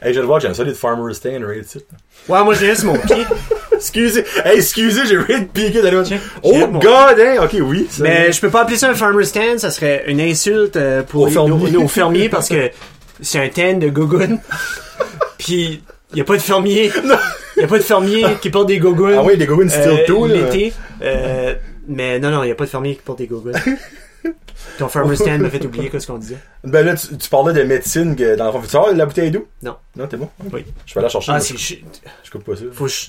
Hey, je vais le voir, j'aime ça, les Farmer's Stand, right ici. Ouais, moi, je laisse mon pied. Excusez, hey, excusez, j'ai rien de piqué d'aller. Check- Oh check mon- god, hein, ok, oui. ça- Mais je peux pas appeler ça un farmer stand, ça serait une insulte euh, pour Aux les- fermiers. nos, nos fermiers parce que c'est un ten de gogoun. Puis il y a pas de fermier. Il y a pas de fermier qui porte des gogoons. Ah oui, des gogoons steel euh, toe, là. l'été. Euh, mais non non, il y a pas de fermier qui porte des gogoons. Ton farmer stand m'a fait oublier ce qu'on disait. Ben là, tu, tu parlais de médecine que dans le fond. Tu vois, la bouteille d'eau? Non. Non, t'es bon? Oui. Je vais aller la chercher. Ah moi, c'est je, je- je coupe pas ça. faut que je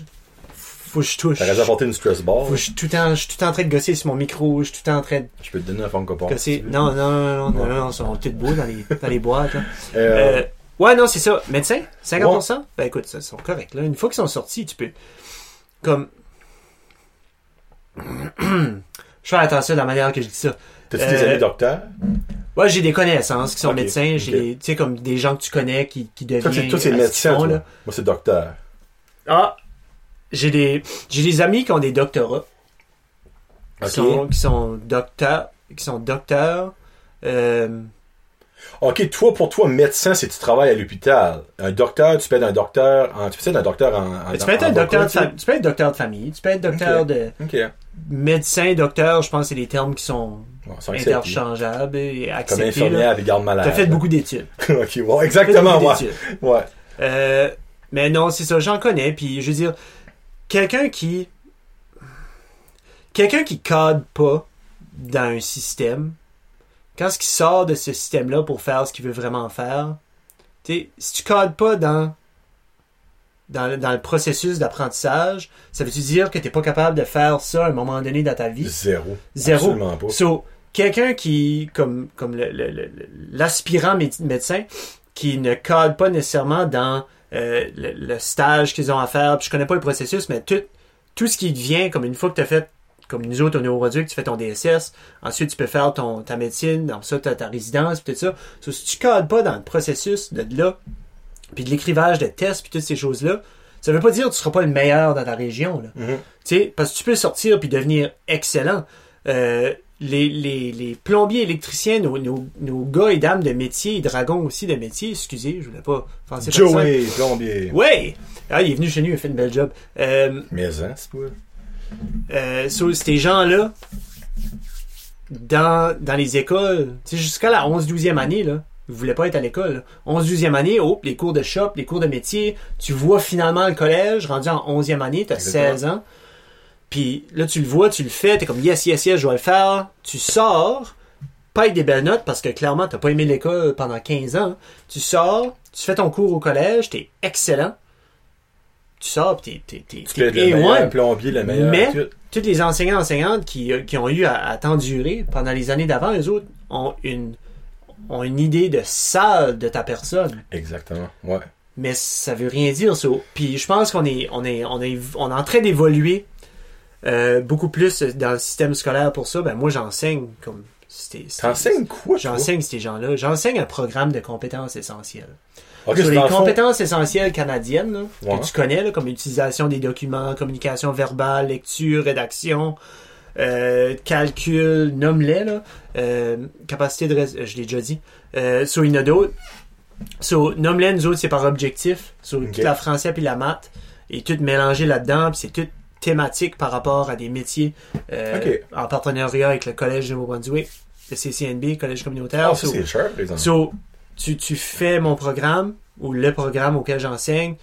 faut que je touche. T'aurais dû apporter une stress ball. Faut que je tout le temps je suis tout le temps en train de gosser sur mon micro, je suis tout le temps en train de Je peux te donner un fond copain. gosser. Non non non non non, non, ils sont tous beaux dans les dans les boîtes. là. Euh, Euh, ouais, non, c'est ça. Médecin, 50%? Ben écoute, ça, ils sont corrects. Là. Une fois qu'ils sont sortis, tu peux. Comme. je fais attention à la manière que je dis ça. T'as-tu des euh, amis docteurs? Ouais, j'ai des connaissances qui sont Ok, médecins. J'ai ok. des- tu sais, comme des gens que tu connais qui, qui Toi, deviennent. c'est- toi, c'est euh, ce qu'ils médecin, font, toi. là. Moi, c'est docteur. Ah! J'ai des, j'ai des amis qui ont des doctorats. Qui, Ok. sont, qui sont docteurs. Qui sont docteurs. Euh, Ok, toi, pour toi, médecin, c'est que tu travailles à l'hôpital. Un docteur, tu peux être un docteur en. Tu peux être un docteur en. en- tu peux être en- un en- docteur de quoi, fa- tu peux être docteur de famille, tu peux être docteur Ok. de tu sais? Ok. médecin, docteur, je pense que c'est des termes qui sont Bon, c'est vrai que c'est- interchangeable et Comme accepté. infirmière là. avec garde malade. T'as fait beaucoup d'études. ok, ouais, T'as fait exactement, beaucoup ouais. d'études. Ouais. Euh, mais non, c'est ça, j'en connais. Puis je veux dire, quelqu'un qui. Quelqu'un qui code pas dans un système, quand ce qui sort de ce système-là pour faire ce qu'il veut vraiment faire, tu sais, si tu codes pas dans. Dans le, dans le processus d'apprentissage, ça veut-tu dire que t'es pas capable de faire ça à un moment donné dans ta vie? Zéro. Zéro. Absolument pas. So, quelqu'un qui, comme, comme le- le- le- le- l'aspirant méde- médecin, qui ne cadre pas nécessairement dans euh, le, le stage qu'ils ont à faire, puis je connais pas le processus, mais tout, tout ce qui devient, comme une fois que tu as fait, comme nous autres au Neuroduc, tu fais ton DSS, ensuite tu peux faire ton, ta médecine, dans ça, tu ta résidence, puis tout ça. So, si tu cadres pas dans le processus de là, puis de l'écrivage de tests, puis toutes ces choses-là, ça veut pas dire que tu seras pas le meilleur dans ta région. Là. Mhm. Tu sais, parce que tu peux sortir puis devenir excellent. Euh, les, les, les plombiers, électriciens, nos, nos, nos gars et dames de métier, et dragons aussi de métier, excusez, je voulais pas penser Joey, plombier. Ouais! Ah, il est venu chez nous, il a fait une belle job. Euh, Mais hein, c'est pas. euh, so, ces gens-là, dans, dans les écoles, tu sais, jusqu'à la 11-12e année, là, ils voulaient pas être à l'école. 11-12e année, oh, les cours de shop, les cours de métier, tu vois finalement le collège, rendu en 11e année, t'as Exactement. 16 ans. Puis là, tu le vois, tu le fais, t'es comme yes, yes, yes, je vais le faire. Tu sors, pas avec des belles notes parce que clairement, t'as pas aimé l'école pendant 15 ans. Tu sors, tu fais ton cours au collège, t'es excellent. Tu sors, pis t'es, t'es, t'es, Tu peux être t'es le A1. meilleur plombier, le meilleur. Mais- tout. toutes les enseignants enseignantes qui, euh, qui ont eu à, à t'endurer pendant les années d'avant, les autres ont une ont une idée de sale de ta personne, Exactement. Ouais. mais ça veut rien dire ça. Puis je pense qu'on est on est on est on est en train d'évoluer euh, beaucoup plus dans le système scolaire pour ça. Ben moi j'enseigne comme c'était c'était- T'enseignes quoi, toi? J'enseigne ces gens-là. J'enseigne un programme de compétences essentielles. Ok, Sur c'est les dans le fond- compétences essentielles canadiennes, là, Ouais. que tu connais, là, comme utilisation des documents, communication verbale, lecture, rédaction, euh, calcul, nomme-les, là, euh, capacité de... rais- euh, Je l'ai déjà dit. Euh, so, il y en a d'autres. So, nomme-les, nous autres, c'est par objectif. So, Ok. toute la français puis la maths, et tout mélangé là-dedans, puis c'est tout thématique par rapport à des métiers euh, Ok. en partenariat avec le Collège du Nouveau-Brunswick, le CCNB, Collège communautaire. Ah, ça, So, c'est cher, par exemple. So, tu, tu fais mon programme ou le programme auquel j'enseigne,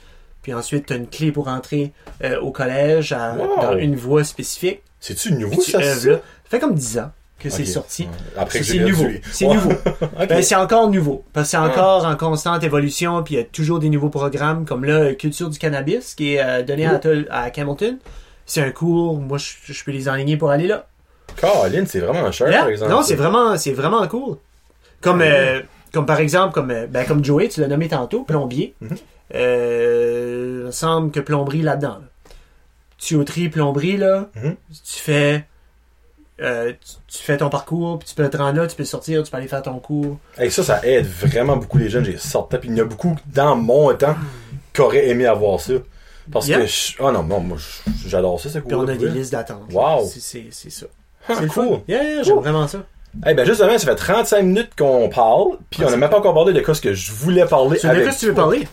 puis ensuite tu as une clé pour entrer euh, au collège à- Wow. dans une voie spécifique. C'est-tu nouveau, Puis tu ça? œuvres là. Ça fait comme 10 ans que Ok. c'est sorti. Ouais. Après que C'est j'ai perdu nouveau. les- C'est Ouais. nouveau. Ok. Ben, c'est encore nouveau, parce que c'est encore en constante évolution, puis il y a toujours des nouveaux programmes, comme là, euh, Culture du cannabis, qui est euh, donné à, Tol- à Campbellton. C'est un cours, moi je, je peux les enligner pour aller là. Caroline, c'est vraiment cher, Yeah. par exemple. Hein? Non, c'est vraiment, c'est vraiment cool. Comme, euh, comme par exemple, comme, euh, ben, comme Joey, tu l'as nommé tantôt, plombier. Mhm. Euh, il me semble que plomberie là-dedans. Là. Tuyauterie, plomberie, là, Mhm. tu fais. euh, tu, tu fais ton parcours, puis tu peux te rendre là, tu peux sortir, tu peux aller faire ton cours. Hey, ça, ça aide vraiment beaucoup les jeunes. J'ai sorti, puis il y en a beaucoup dans mon temps qui auraient aimé avoir ça. Parce Yeah. que, je... oh non, bon, moi, je- j'adore ça, c'est cool. Puis on a des listes d'attente. Wow. C'est- C'est c'est ça. Ah, C'est le cool. fun. Yeah, yeah, j'aime Cool. vraiment ça. Eh ben justement, ça fait 35 minutes qu'on parle, puis on n'a même pas encore parlé de quoi ce que je voulais parler Ah, Tu avec sais tu veux toi. parler?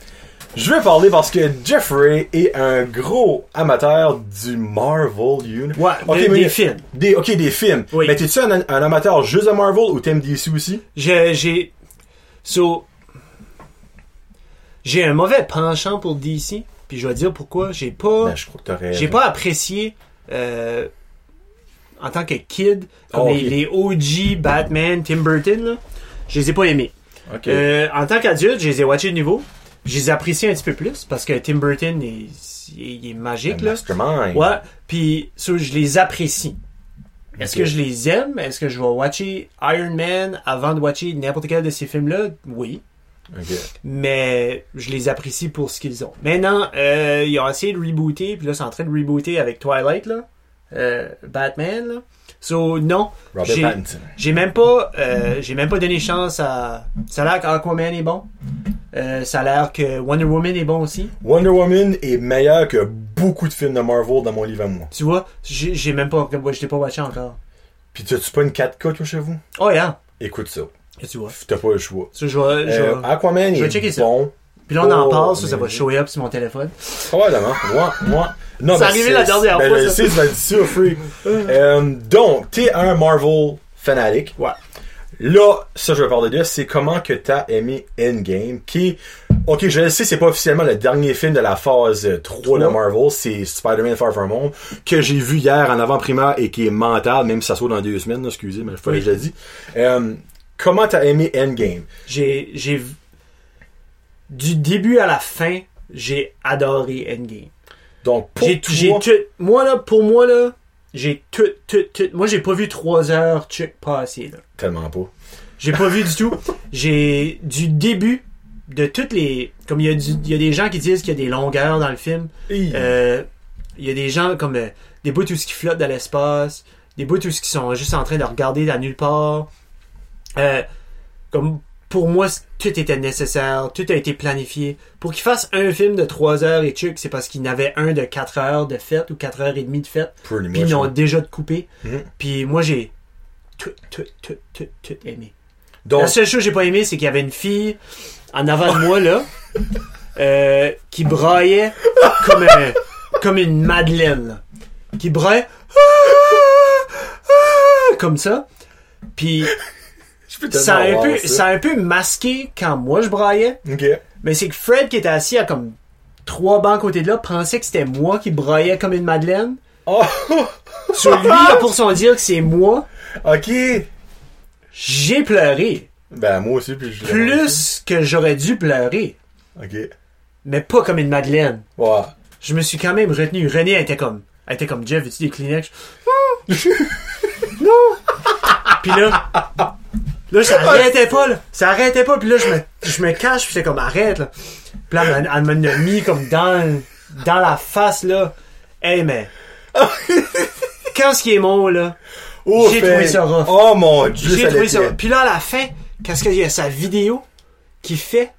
Je vais parler parce que Jeffrey est un gros amateur du Marvel Universe. Ouais, Ok, des, mais- des films. Des, ok, des films. Oui. Mais t'es-tu un, un amateur juste de Marvel ou t'aimes DC aussi? J'ai, j'ai, so, j'ai un mauvais penchant pour DC, puis je vais dire pourquoi. J'ai pas, Ben, je crois que t'aurais... Oh. j'ai pas apprécié euh, en tant que kid comme Oh, ok. les, les OG Batman, Tim Burton. Là, je les ai pas aimés. Ok. Euh, en tant qu'adulte, je les ai watchés de nouveau. Je les apprécie un petit peu plus parce que Tim Burton est, il est- il Un est magique là. mastermind. Ouais, puis so, je les apprécie. Est-ce Ok. que je les aime? Est-ce que je vais watcher Iron Man avant de watcher n'importe quel de ces films-là? Oui. Ok. Mais je les apprécie pour ce qu'ils ont. Maintenant, euh, ils ont essayé de rebooter, puis là, c'est en train de rebooter avec Twilight, là. Euh, Batman, là. So, non. Robert J'ai- Pattinson. J'ai même pas, euh, j'ai même pas donné chance à. Ça a l'air qu'Aquaman est bon. Euh, ça a l'air que Wonder Woman est bon aussi. Wonder Woman est meilleur que beaucoup de films de Marvel dans mon livre à moi. Tu vois, j'ai j'ai même pas, je l'ai pas watché encore. Puis t'as-tu pas une 4K toi, chez vous? Oh yeah, Écoute ça. Et tu vois. T'as pas le choix. Ça, je vais- je Euh, vais- Aquaman je vais est checker ça. bon. Puis là, on en Oh, parle, ça, ça mais- va show up sur mon téléphone. Probablement. Moi, moi. Non, C'est arrivé la dernière ben, fois, Je ça. sais, tu m'as dit ça, Free. Euh, donc, t'es un Marvel fanatique. Ouais. Là, ça, je vais parler de, c'est comment que t'as aimé Endgame, qui, ok, je le sais, c'est pas officiellement le dernier film de la phase 3 de Trois. Marvel, c'est Spider-Man Far From Home, que j'ai vu hier en avant-primaire et qui est mental, même si ça saute dans deux semaines, là, excusez, mais il fallait que je le dise. Euh, comment t'as aimé Endgame? J'ai, j'ai, v- du début à la fin, j'ai adoré Endgame. Donc, pour J'ai, toi, j'ai tout, moi là, pour moi là, j'ai tout, tout, tout. Moi, j'ai pas vu trois heures check passer là. tellement pas. J'ai pas vu du tout. J'ai du début de toutes les, comme il y a du- il y a des gens qui disent qu'il y a des longueurs dans le film. Hi. Euh, Il y a des gens comme euh, des bouts où ce qui flottent dans l'espace, des bouts où ce qui sont juste en train de regarder dans nulle part. Euh, comme pour moi, c- tout était nécessaire, tout a été planifié. Pour qu'ils fassent un film de 3 heures et chuck, c'est parce qu'ils n'avaient un de 4 heures de fête ou 4 heures et demie de fête, Pretty puis much, ils ont ouais. déjà de coupé. Mhm. Puis moi, j'ai tout, tout, tout, tout, tout aimé. Donc, La seule chose que j'ai pas aimé, c'est qu'il y avait une fille en avant de moi, là, euh, qui braillait comme, un- comme une madeleine, là. Qui braillait comme ça. Puis je peux ça a, tellement un peu, voir ça a un peu masqué quand moi je braillais. Ok. Mais c'est que Fred, qui était assis à comme trois bancs à côté de là, pensait que c'était moi qui braillais comme une madeleine. Oh, Sur lui, là, pour son dire que c'est moi, ok. j'ai pleuré. Ben, moi aussi, puis je l'ai Plus que j'aurais dû pleurer. mangé. Ok. Mais pas comme une madeleine. Ouais. je me suis quand même retenu. René était comme, Elle était comme Jeff, veux-tu des Kleenex? Ah! non! Puis là, là, ça arrêtait pas, là. Ça arrêtait pas, puis là, je me, je me cache, puis c'est comme arrête, là. Puis là, elle, m'a- elle me l'a mis comme dans, le- dans la face, là. Hey, mais. Quand ce qui est mon, là. Oh, J'ai fait- trouvé ça rough. Oh mon dieu, J'ai ça trouvé l'était. ça. Puis là, à la fin, qu'est-ce qu'il y a? Sa vidéo qui fait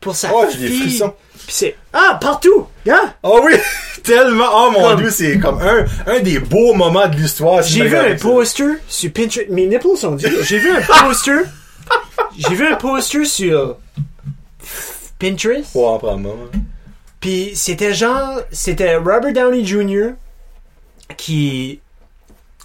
pour sa Oh, j'ai des fille. frissons. Puis c'est. Ah, partout! Hein? Oh oui, tellement. Oh mon Comme- dieu, c'est comme un, un des beaux moments de l'histoire. si J'ai je vu regarde un ça. poster sur Pinterest. Mes nipples sont durs. J'ai vu un poster. J'ai vu un poster sur Pinterest. Ouais, on prend un moment. Puis c'était genre, c'était Robert Downey Jr. qui.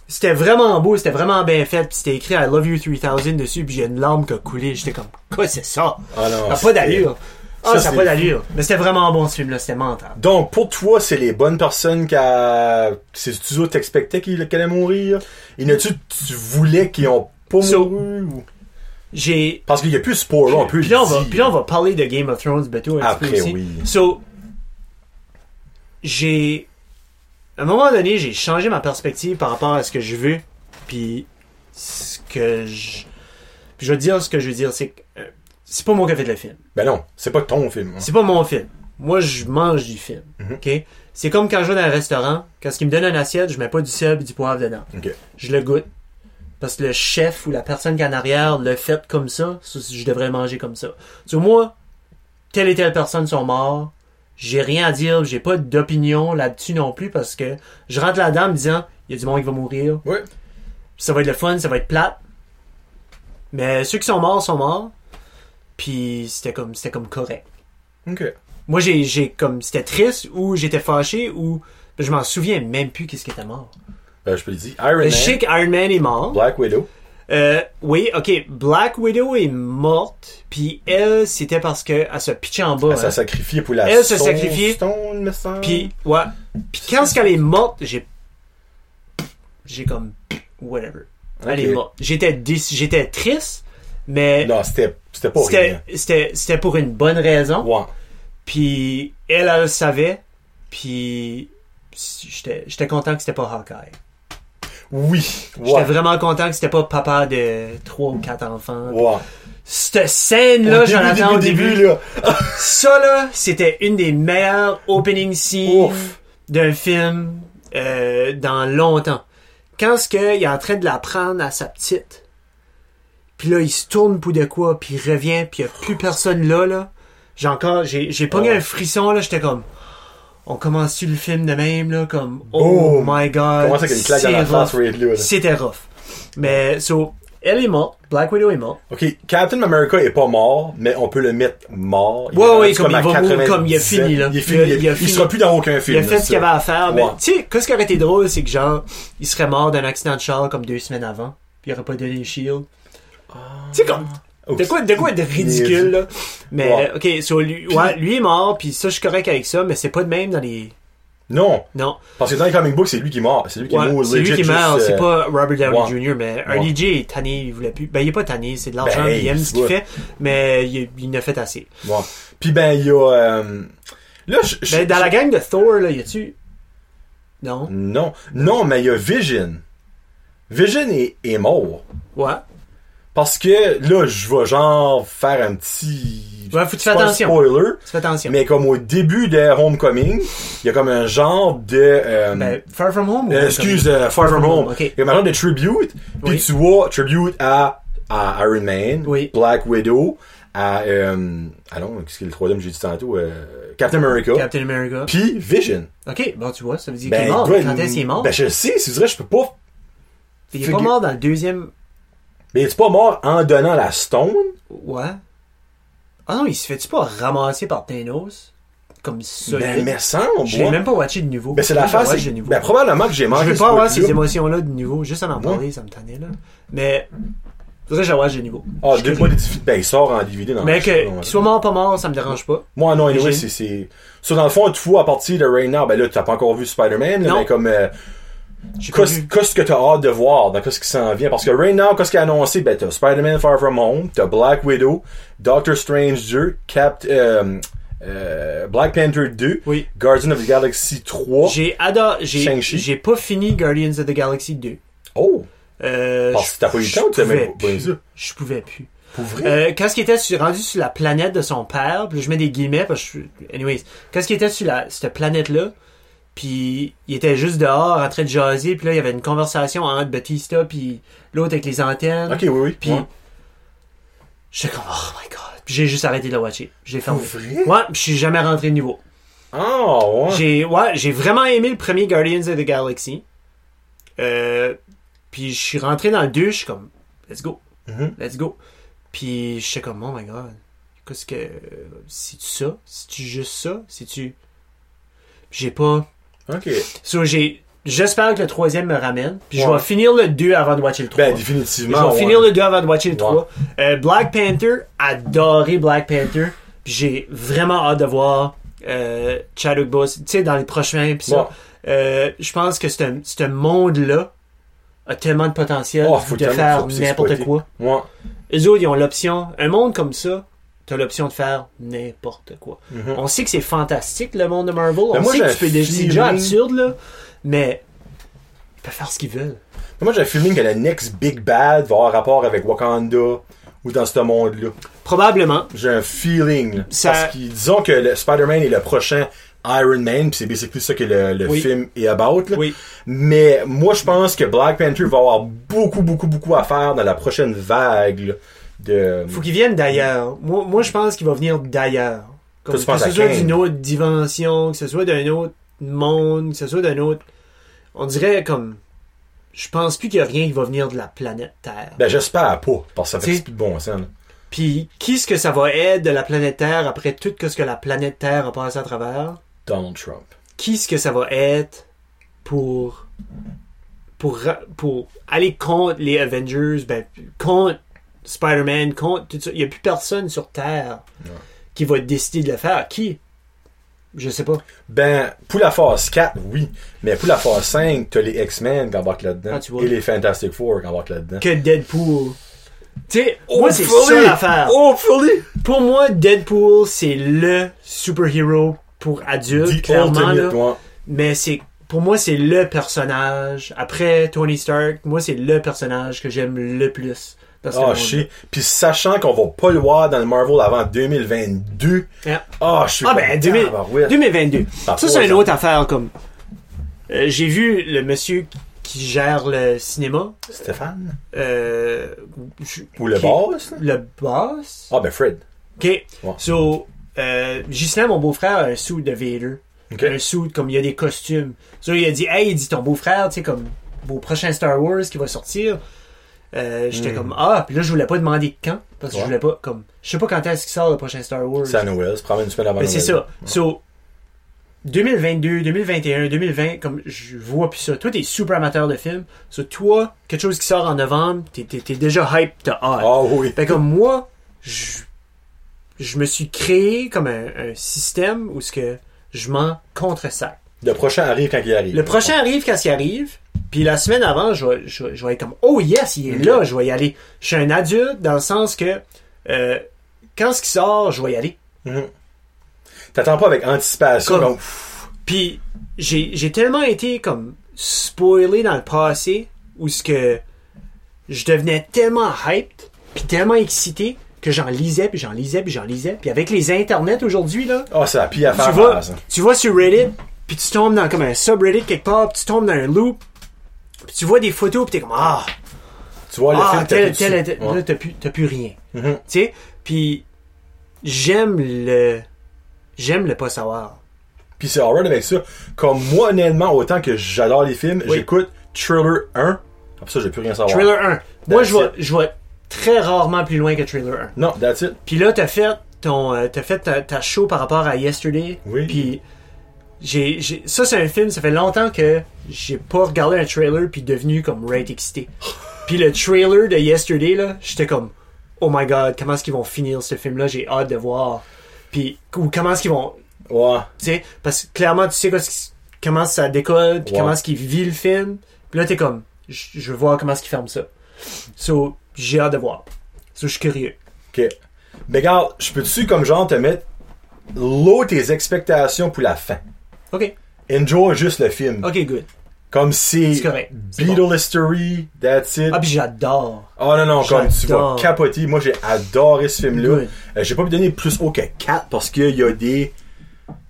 C'était vraiment beau, c'était vraiment bien fait, puis c'était écrit I Love You 3000 dessus, puis j'ai une larme qui a coulé. J'étais comme, quoi c'est ça? Ah non, ça n'a pas c'était- d'allure. Ah, ça, ça n'a c'est pas d'allure. Mais c'était vraiment bon ce film-là, c'était mental. Donc, pour toi, c'est les bonnes personnes qu'à. C'est tu autres t'expectais qu'il- qu'elle allait mourir. Il y en a-tu, tu voulais qu'ils ont pas So- mouru ou- J'ai. Parce qu'il y a plus ce spoiler, on peut Puis le là, on va, dire. puis là, on va parler de Game of Thrones bientôt un petit peu Après, aussi. oui. So, j'ai. À un moment donné, j'ai changé ma perspective par rapport à ce que je veux. Puis, ce que je. Puis, je vais te dire ce que je veux dire. C'est que. euh, C'est pas moi qui ai fait le film. Ben non, c'est pas ton film. hein. C'est pas mon film. Moi, je mange du film. Mhm. OK? C'est comme quand je vais dans un restaurant, quand ce qui me donne une assiette, je mets pas du sel et du poivre dedans. Ok. Je le goûte. Parce que le chef ou la personne qui est en arrière le fait comme ça, ça, je devrais manger comme ça. Sur moi, telle et telle personne sont morts. J'ai rien à dire, j'ai pas d'opinion là-dessus non plus parce que je rentre là-dedans en me disant il y a du monde qui va mourir. Oui. Ça va être le fun, ça va être plate. Mais ceux qui sont morts sont morts. Puis c'était comme c'était comme correct. Ok. Euh, Moi, j'ai, j'ai comme, c'était triste ou j'étais fâché ou je m'en souviens même plus qu'est-ce qui était mort. Ben, je peux le dire. Iron Le Man, chic Iron Man est mort. Black Widow. Euh, oui, ok, Black Widow est morte, puis elle, c'était parce que elle se pitchait en bas. Elle s'est hein. sacrifiée pour la Elle s'est Soul sacrifiée. Stone, me semble. Puis, ouais. Puis quand ce qu'elle est morte, j'ai, j'ai comme, whatever. Elle Ok. est morte. J'étais déçu, j'étais triste, mais Non, c'était, c'était pas c'était, rien. c'était, c'était pour une bonne raison. Ouais. Puis elle, elle le savait. Puis j'étais j'étais content que c'était pas Hawkeye. Oui. J'étais Ouais. vraiment content que c'était pas papa de trois ou quatre enfants. Ouais. Cette scène-là, Au début, Jonathan, au début, là. ça là, c'était une des meilleures opening scenes Ouf. d'un film euh, dans longtemps. Quand ce qu'il est en train de la prendre à sa petite, puis là, il se tourne pour de quoi, puis il revient, puis il n'y a plus personne là, là. J'ai encore, j'ai, j'ai pogné Ouais. un frisson, là, j'étais comme, on commence-tu le film de même, là, comme, oh Boom. my god, Comment ça qu'une claque dans la rough. face, Ridley, là. C'était rough. Mais, so, elle est morte, Black Widow est morte. Ok, Captain America est pas mort, mais on peut le mettre mort. Il Ouais, est ouais, rendu comme il à va mourir, comme il a 97. fini, là. Il est fini, Il a- il, il a il fini. sera plus dans aucun film. Il a fait là, ce qu'il ça. avait à faire, mais Ouais. tu sais, qu'est-ce qui aurait été drôle, c'est que genre, il serait mort d'un accident de char comme deux semaines avant, puis il aurait pas donné le shield. Ah. Tu sais, comme, de quoi, de quoi de ridicule, là. Mais, Ouais. ok, so, lui, ouais, lui est mort, puis ça, je suis correct avec ça, mais c'est pas de même dans les. Non, Non, parce que dans les comic books, c'est lui qui est mort. C'est lui qui Ouais, est mort. c'est lui legit, qui est mort, juste, c'est euh, pas Robert Downey ouais. Jr., mais Ouais. Early J est tanné, il voulait plus. Ben, il est pas tanné, c'est de l'argent, Ben, il aime il ce qu'il se fait, mais il, il en a fait assez. ouais. Puis ben, il y a. euh, Là, je. je- Mm. Ben, dans la gang de Thor, là, y a-tu. Non? Non, non, mais il y a Vision. Vision est, est mort. Ouais. Parce que là, je vais genre faire un petit. Ouais, faut que tu pas fasses un attention. Spoiler. Fais attention. Mais comme au début de Homecoming, il y a comme un genre de. euh, Ben, Far From Home? ou Euh, Homecoming? excuse, euh, Far From Home. Ok. Il y a maintenant des tributes, puis Oui. tu vois tribute à, à Iron Man, Oui. Black Widow, à euh, allons, qu'est-ce que le troisième que j'ai dit tantôt, euh, Captain America, Captain America. puis Vision. Ok, bon, tu vois, ça veut dire qu'il Ben, est mort. gars, Quand est-ce qu'il est mort? Ben je sais, c'est vrai, je peux pas. il est pas figure- mort dans le deuxième. Mais tu pas mort en donnant la stone. Ouais. Ah non, il se fait-tu pas ramasser par Thanos? Comme ça. Ben mais semble. Je l'ai moi. même pas watché de nouveau. Ben c'est la Je le face. watch c'est- de nouveau. Ben probablement que j'ai je manqué. veux ce pas avoir bout-là. ces émotions-là de nouveau. Juste à en parler, ça me tannait, là. Mais, faudrait que je la watch de nouveau. Ah, Je- deux mois de diffi- Ben il sort en DVD dans. Mais je sais pas, que, ouais. qu'il soit mort pas mort, ça me dérange pas. Moi, non, anyway, J'ai- c'est, c'est... Ça, dans le fond, tu vois, à partir de Right Now, ben là, t'as pas encore vu Spider-Man, là, Non. mais comme... euh, J'ai pas Qu'est-ce vu. qu'est-ce que t'as hâte de voir dans qu'est-ce qui s'en vient? Parce que right now, qu'est-ce qui est annoncé? Ben, t'as Spider-Man Far From Home, t'as Black Widow, Doctor Strange 2, Cap, euh, euh, Black Panther 2, Oui. Guardian of the Galaxy 3. J'ai adoré. J'ai Oh. Shang-Chi. j'ai pas fini Guardians of the Galaxy 2. Oh! Euh, Parce que t'as pas eu le je temps ou t'as même pouvais pas eu plus. ça? Je pouvais plus. Pour vrai? Euh, quand ce qui était sur- rendu sur la planète de son père, puis je mets des guillemets parce que je- anyways, quand ce qui était sur la, cette planète là, puis il était juste dehors en train de jaser, puis là il y avait une conversation entre Batista puis l'autre avec les antennes. ok, oui, oui. Euh, Puis Ouais. j'étais comme oh my god, Puis j'ai juste arrêté de la watcher. J'ai Pour fermé. vrai? Ouais, puis je suis jamais rentré de niveau. Ah, ouais. J'ai ouais, j'ai vraiment aimé le premier Guardians of the Galaxy. Euh, puis je suis rentré dans le 2, je suis comme let's go. Mhm. Let's go. Puis je sais comme, oh my god, qu'est-ce que. C'est-tu ça? C'est-tu juste ça? C'est-tu. J'ai pas. Ok. So, j'ai. J'espère que le troisième me ramène. Puis je Ouais. vais finir le 2 avant de watcher le 3. Ben, je définitivement. vais ouais. finir le 2 avant de watcher le Ouais. 3. Euh, Black Panther, adoré Black Panther. Puis j'ai vraiment hâte de voir euh, Chadwick Boseman, tu sais, dans les prochains. Puis ça. Ouais. Euh, je pense que ce ce monde-là a tellement de potentiel Oh, faut de tellement- faire faut que c'est n'importe exploité. quoi. Ouais. Eux autres, ils ont l'option. Un monde comme ça, t'as l'option de faire n'importe quoi. Mhm. On sait que c'est fantastique, le monde de Marvel. Ben, On moi, sait que j'ai tu peux un des- c'est déjà feeling- absurde, là. Mais ils peuvent faire ce qu'ils veulent. Moi, j'ai un feeling que la next Big Bad va avoir rapport avec Wakanda ou dans ce monde-là. Probablement. J'ai un feeling. là. Ça- Parce qu'ils disons que le Spider-Man est le prochain Iron Man, puis c'est basically ça que le, le Oui. film est about. là. Oui. Mais moi, je pense que Black Panther va avoir beaucoup, beaucoup, beaucoup à faire dans la prochaine vague là, de. Faut qu'ils viennent d'ailleurs. Moi, moi je pense qu'il va venir d'ailleurs. Toi, Comme, que tu penses ce à soit Kang? d'une autre dimension, que ce soit d'un autre monde, que ce soit d'un autre. On dirait comme. Je pense plus qu'il y a rien qui va venir de la planète Terre. Ben, j'espère pas, parce que ça fait Tu sais- plus de bon sens. là. Puis, qui ce que ça va être de la planète Terre après tout ce que la planète Terre a passé à travers? Donald Trump. Qui ce que ça va être pour, pour, ra- pour aller contre les Avengers, ben, contre Spider-Man, contre tout ça? Il n'y a plus personne sur Terre Non. qui va décider de le faire. Qui? Je sais pas. Ben, pour la phase 4, oui. Mais pour la phase 5, t'as les X-Men qui embarquent là-dedans. Ah, tu vois. et les Fantastic Four qui embarquent là-dedans. Que Deadpool. Tu sais, moi, c'est ça l'affaire. Oh, Philly! Pour moi, Deadpool, c'est le superhero pour adultes, The clairement. là. ultimate, ouais. mais c'est pour moi c'est le personnage après Tony Stark moi c'est le personnage que j'aime le plus dans ce Ah, monde chier. Puis sachant qu'on va pas le voir dans le Marvel avant 2022. Yeah. Ah, je suis ah ben content, 2000 Barouette. 2022 Par ça trois c'est une ans. autre affaire comme Euh, j'ai vu le monsieur qui gère le cinéma Stéphane? euh, je- Ou le qui- boss? là? le boss Ah, ben Fred. ok Ouais. so euh, Ghislain, mon beau-frère a un suit de Vader Ok. un suit, comme il y a des costumes. So, il a dit, hey, il dit ton beau-frère, tu sais, comme au prochain Star Wars qui va sortir. Euh, J'étais Mm. comme, ah, puis là, je voulais pas demander quand, parce que Ouais. je voulais pas, comme, je sais pas quand est-ce qu'il sort le prochain Star Wars. C'est à Noël, c'est probablement une semaine avant Mais Ben, c'est Noël. ça. So, 2022, 2021, 2020, comme, je vois plus ça. Toi, t'es super amateur de films. So, toi, quelque chose qui sort en novembre, t'es t'es- t'es déjà hype, t'as hâte. Ah oui. Fait comme moi, je, je me suis créé comme un, un système où ce que je m'en contre-sac. Le prochain arrive quand il arrive. Le prochain arrive quand il arrive. Puis la semaine avant, je vais, je, vais- je vais être comme Oh yes, il est là, je vais y aller. Je suis un adulte dans le sens que euh, quand ce qui sort, je vais y aller. Mhm. T'attends pas avec anticipation. Comme- donc, pff, Puis j'ai j'ai tellement été comme spoilé dans le passé où ce que je devenais tellement hyped puis tellement excité que j'en lisais puis j'en lisais puis j'en lisais puis avec les internets aujourd'hui là Ah, c'est la pire affaire. tu vas, ça. tu vas sur Reddit, puis tu tombes dans comme un subreddit quelque part, puis tu tombes dans un loop, puis tu vois des photos, puis t'es comme ah, Tu vois le ah, film, t'as tel, tout tel, dessus. tel- Ouais. là t'as plus, t'as plus rien, Mhm. tu sais. Puis j'aime le, j'aime le pas savoir. Puis c'est alright avec ça. Comme moi, honnêtement, autant que j'adore les films, Oui. j'écoute Thriller 1. Après ça, j'ai plus rien à savoir. Trailer 1. Moi That's je vais, it. je vais très rarement plus loin que Trailer 1. Non, that's it. Puis là t'as fait ton, euh, t'as fait ta, ta show par rapport à Yesterday. Oui. Puis j'ai, j'ai- ça c'est un film, ça fait longtemps que j'ai pas regardé un trailer puis devenu comme right excité. Puis le trailer de Yesterday là, j'étais comme oh my god, comment est-ce qu'ils vont finir ce film là, j'ai hâte de voir. Puis ou comment est-ce qu'ils vont, Ouais. tu sais, parce que clairement tu sais quoi, ce qui- comment ça décolle, puis Ouais. comment est-ce qu'il vit le film. Puis là t'es comme je je veux voir comment est-ce qu'ils ferment ça. So j'ai hâte de voir. So je suis curieux. Ok. Mais regarde, je peux-tu comme genre te mettre low tes expectations pour la fin. Ok. Enjoy juste le film. Ok, good. Comme si C'est correct. C'est Beatle History, that's it. Ah, puis j'adore. Oh non, non, comme tu vas J'adore. capoter. Moi, j'ai adoré ce film-là. Oui. Euh, j'ai pas pu donner plus haut que 4 parce qu'il y a des.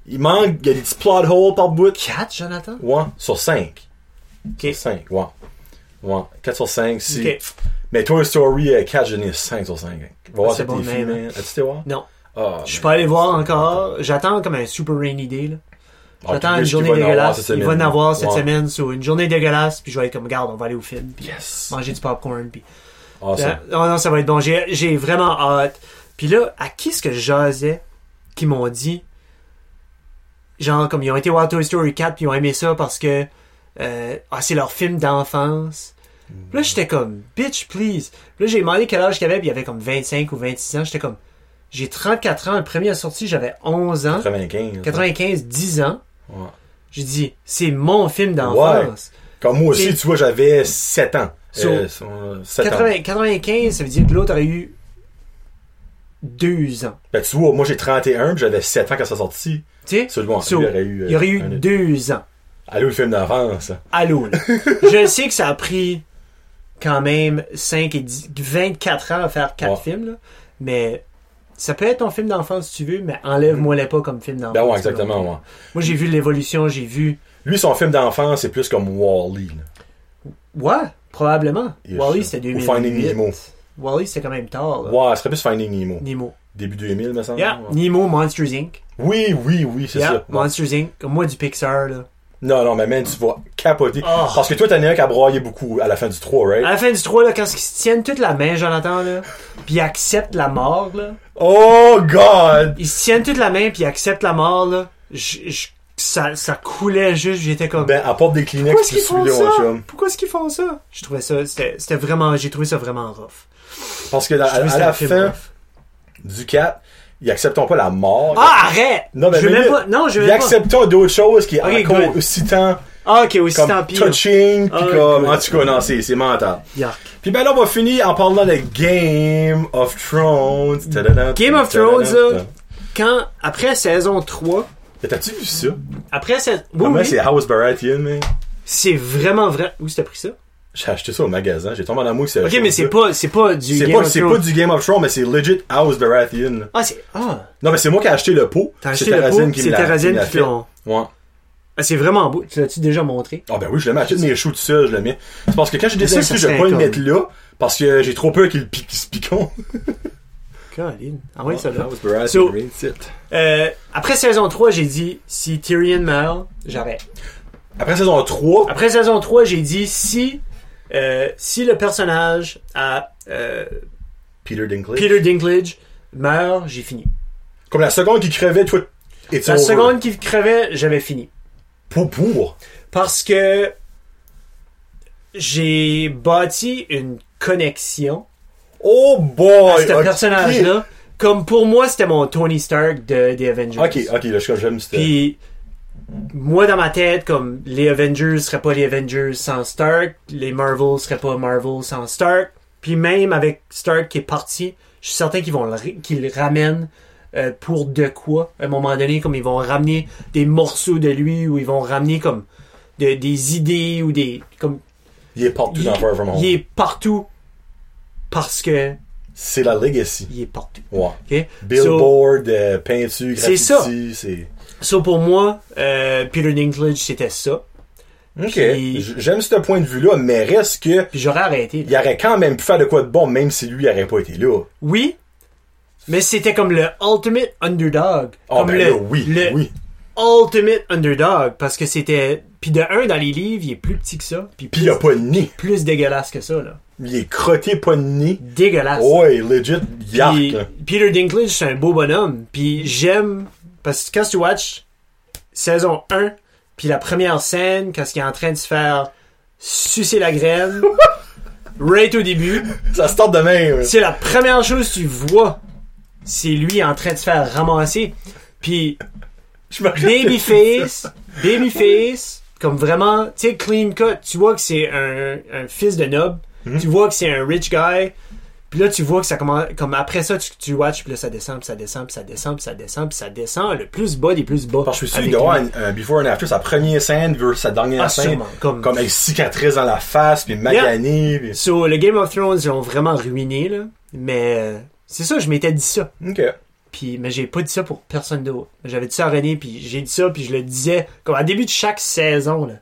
Il manque, il y a des petits plot holes par bout. 4, Jonathan? Ouais, sur 5. Ok. 5, ouais. Ouais, 4 sur 5, si. Ok. Mais Toy Story euh, 4, je n'ai 5 sur 5. Va Ah, voir c'est cet bon défi, même, hein. man. As-tu été voir? Non. Ah, Je suis man. pas allé voir encore. J'attends comme un super rainy day, là. Ah, J'attends puis une Wish journée qu'il va en avoir cette dégueulasse. Il semaine. va en avoir cette Ouais. semaine sur une journée dégueulasse, puis je vais être comme, garde, on va aller au film, puis Yes. Ah, manger du popcorn, puis. Awesome. Ah, Non, non, ça va être bon. J'ai j'ai vraiment hâte. Puis là, à qui est-ce que je jasais qui m'ont dit, genre, comme ils ont été voir Toy Story 4, puis ils ont aimé ça parce que euh, ah, c'est leur film d'enfance. Puis Là, j'étais comme, bitch, please. Puis Là, j'ai demandé quel âge qu'il avait, puis il avait comme 25 ou 26 ans. J'étais comme, j'ai 34 ans, le premier sorti, j'avais 11 ans. 95. 95, 10 ans. Ouais. J'ai dit, c'est mon film d'enfance. Comme moi aussi, Et- tu vois, j'avais 7 ans. So, Euh, euh, 7 ans. 80 95, ça veut dire que l'autre aurait eu 2 ans. Ben, tu vois, moi j'ai 31, puis j'avais 7 ans quand ça sortit. Tu sais? Absolument. So, il y aurait eu. euh, Il y aurait eu un- deux ans. Allô, le film d'enfance. Allô, là. Je sais que ça a pris quand même 5 et 10, 24 ans à faire quatre Ouais. films, là. mais ça peut être ton film d'enfance si tu veux, mais enlève-moi-les pas comme film d'enfance. Ben ouais, exactement, ouais. Moi, j'ai vu l'évolution, j'ai vu... Lui, son film d'enfance, c'est plus comme Wall-E. là. Ouais, probablement. Yes. Wally, c'était Ou 2008. Finding Nemo. Wally, c'était quand même tard. là. Ouais, ce serait plus Finding Nemo. Nemo. Début 2000, me semble. Yeah, Ouais. Nemo, Monsters Inc. Oui, oui, oui, c'est Yeah, ça. Ouais. Monsters Inc. Comme moi, du Pixar, là. Non, non, mais man, tu vas capoter. Oh. Ah. Parce que toi, t'en es un qui a broyé beaucoup à la fin du 3, right? À la fin du 3, là, quand ils se tiennent toute la main, Jonathan, là, puis ils acceptent la mort, là... Oh, God! ils se tiennent toute la main puis ils acceptent la mort là. Je, je- ça, ça coulait juste, j'étais comme. Ben, apporte des pourquoi Kleenex, est-ce puis qu'ils font suis-le, mon ça chum. Pourquoi est-ce qu'ils font ça Je trouvais ça, c'était c'était vraiment, j'ai trouvé ça vraiment rough. Parce que dans- Je à, trouvais à c'était un la film fin rough. du 4, ils acceptent pas la mort. Ah arrête Non, mais je veux mais même là, pas. Non, je veux Ils même pas. acceptent d'autres choses qui est Ok, encore good. aussi tant, Ah ok, oui, c'est tant comme pis. touching, puis Ah, comme... good. En tout cas, non, c'est c'est mental. Yark. Puis ben là, on va finir en parlant de Game of Thrones. Ta-da-da, Game of ta-da-da, Thrones, ta-da. là, quand après saison 3, Mais T'as-tu vu ça? après saison, oui, Comment oui, c'est House Baratheon, mais c'est vraiment vrai. Où t'as pris ça J'ai acheté ça au magasin. J'ai tombé en amour avec ça. Ok, mais c'est pas, c'est pas du C'est Game pas, of c'est Thrones. pas du Game of Thrones, mais c'est legit House Baratheon. là. Ah c'est ah, Non, mais c'est moi qui ai acheté le pot. t'as C'est acheté le Tarazine pot, qui c'est me l'a- me Tarazine l'a qui fait. l'ont. Ouais. Ah c'est vraiment beau. Tu l'as-tu déjà montré Ah ben oui, je le mets. Achète mes choux tout seul, je le mets. C'est parce que quand j'ai des ça, invités, ça je vais serait pas le comme- mettre là parce que j'ai trop peur qu'il pique, qu'il se piquons. Caroline. Ah oui, ça va. House Baratheon, So- green tit. Euh, après saison 3, j'ai dit si Tyrion meurt, j'arrête. Après saison 3, Après saison 3, j'ai dit si euh, si le personnage à euh, Peter Dinklage. Peter Dinklage meurt, j'ai fini. Comme la seconde qui crevait, toi, it's La over. seconde qu'il crevait, j'avais fini Pour, pour. parce que j'ai bâti une connexion Oh à boy! ce ok. personnage-là. Comme pour moi, c'était mon Tony Stark de des Avengers. Ok, ok, là, je- j'aime cette- Puis moi dans ma tête comme les Avengers seraient pas les Avengers sans Stark, les Marvel seraient pas Marvel sans Stark. Puis même avec Stark qui est parti, je suis certain qu'ils vont le ra- qu'ils le ramènent euh, pour de quoi à un moment donné comme ils vont ramener des morceaux de lui ou ils vont ramener comme de- des idées ou des comme Il est partout dans Far From Home. il est partout parce que C'est la legacy. il est partout. Ouais. OK? So- Billboard, euh, peinture, C'est graffiti, ça. c'est... Ça, pour moi, euh, Peter Dinklage, c'était ça. Ok. Puis- J- J'aime ce point de vue-là, mais reste que Puis j'aurais arrêté. il aurait quand même pu faire de quoi de bon, même si lui n'aurait pas été là. Oui, mais c'était comme le ultimate underdog. Oh, comme ben le, là, oui, le oui. ultimate underdog, parce que c'était... Puis de un, dans les livres, il est plus petit que ça, Puis puis plus, il a pas de nez. plus dégueulasse que ça, là. Il est crotté, pas de nez. Dégueulasse. Ouais, legit, yark. Puis là. Peter Dinklage, c'est un beau bonhomme. Puis j'aime... Parce que quand tu watches saison 1, puis la première scène, quand il est en train de se faire sucer la graine... Right au début, Ça se tente de même. C'est la première chose que tu vois. C'est lui en train de se faire ramasser. Puis Je me rappelle. Babyface, Babyface, comme vraiment, tu Hmm. sais, clean cut. Tu vois que c'est un, un fils de nob. Tu vois que c'est un rich guy Puis là, tu vois que ça commence. Comme après ça, tu, tu watches, puis là, ça descend, puis ça descend, puis ça descend, puis ça descend, puis ça descend, le plus bas des plus bas. Parce que je suis sûr Avec qu'il doit y avoir lui. un, un before and after, sa première scène versus sa dernière Ah, scène. sûrement, Comme... comme- avec cicatrice dans la face, puis magané. puis- So, le Game of Thrones, ils l'ont vraiment ruiné, là. Mais euh, c'est ça, je m'étais dit ça. Ok. Puis, mais j'ai pas dit ça pour personne d'autre. J'avais dit ça à René, puis j'ai dit ça, puis je le disais comme à début de chaque saison. Là.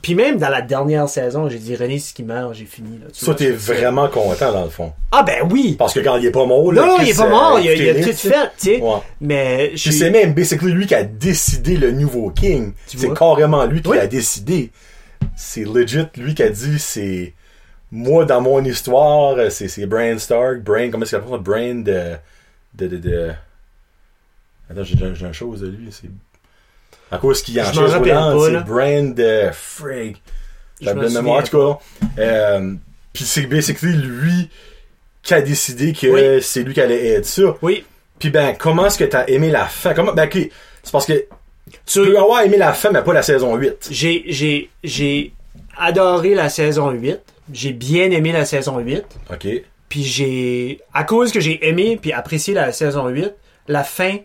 Puis même dans la dernière saison, j'ai dit René, c'est qui meurt, j'ai fini. Là, Tu Soit vois, t'es je- vraiment content dans le fond. Ah ben oui! Parce que quand il est pas mort, là, Non, non, Chris, il est pas euh, mort, il a, il a Phillips, tout fait, tu sais. Ouais. Mais je Puis suis- c'est même basically lui qui a décidé le nouveau king. Tu C'est vois? carrément lui qui Oui. l'a décidé. C'est legit lui qui a dit c'est moi dans mon histoire, euh, c'est c'est Bran Stark, Bran comment est-ce qu'il appelle ça Bran de de de, de- Attends, j'ai j'ai- j'ai une chose de lui, c'est à cause qu'il est en Je m'en chaise rappelle roulante, pas, c'est là. Bran de frig. Je La me bonne souviens mémoire en tout cas. Euh, puis c'est basically lui qui a décidé que Oui. c'est lui qui allait être ça. Oui, Puis ben, comment est-ce que t'as aimé la fin? Comment, ben, ok, c'est parce que tu Oui. peux avoir aimé la fin, mais pas la saison 8. j'ai, j'ai, j'ai adoré la saison 8. J'ai bien aimé la saison 8. Ok. Puis j'ai. À cause que j'ai aimé puis apprécié la saison 8, la fin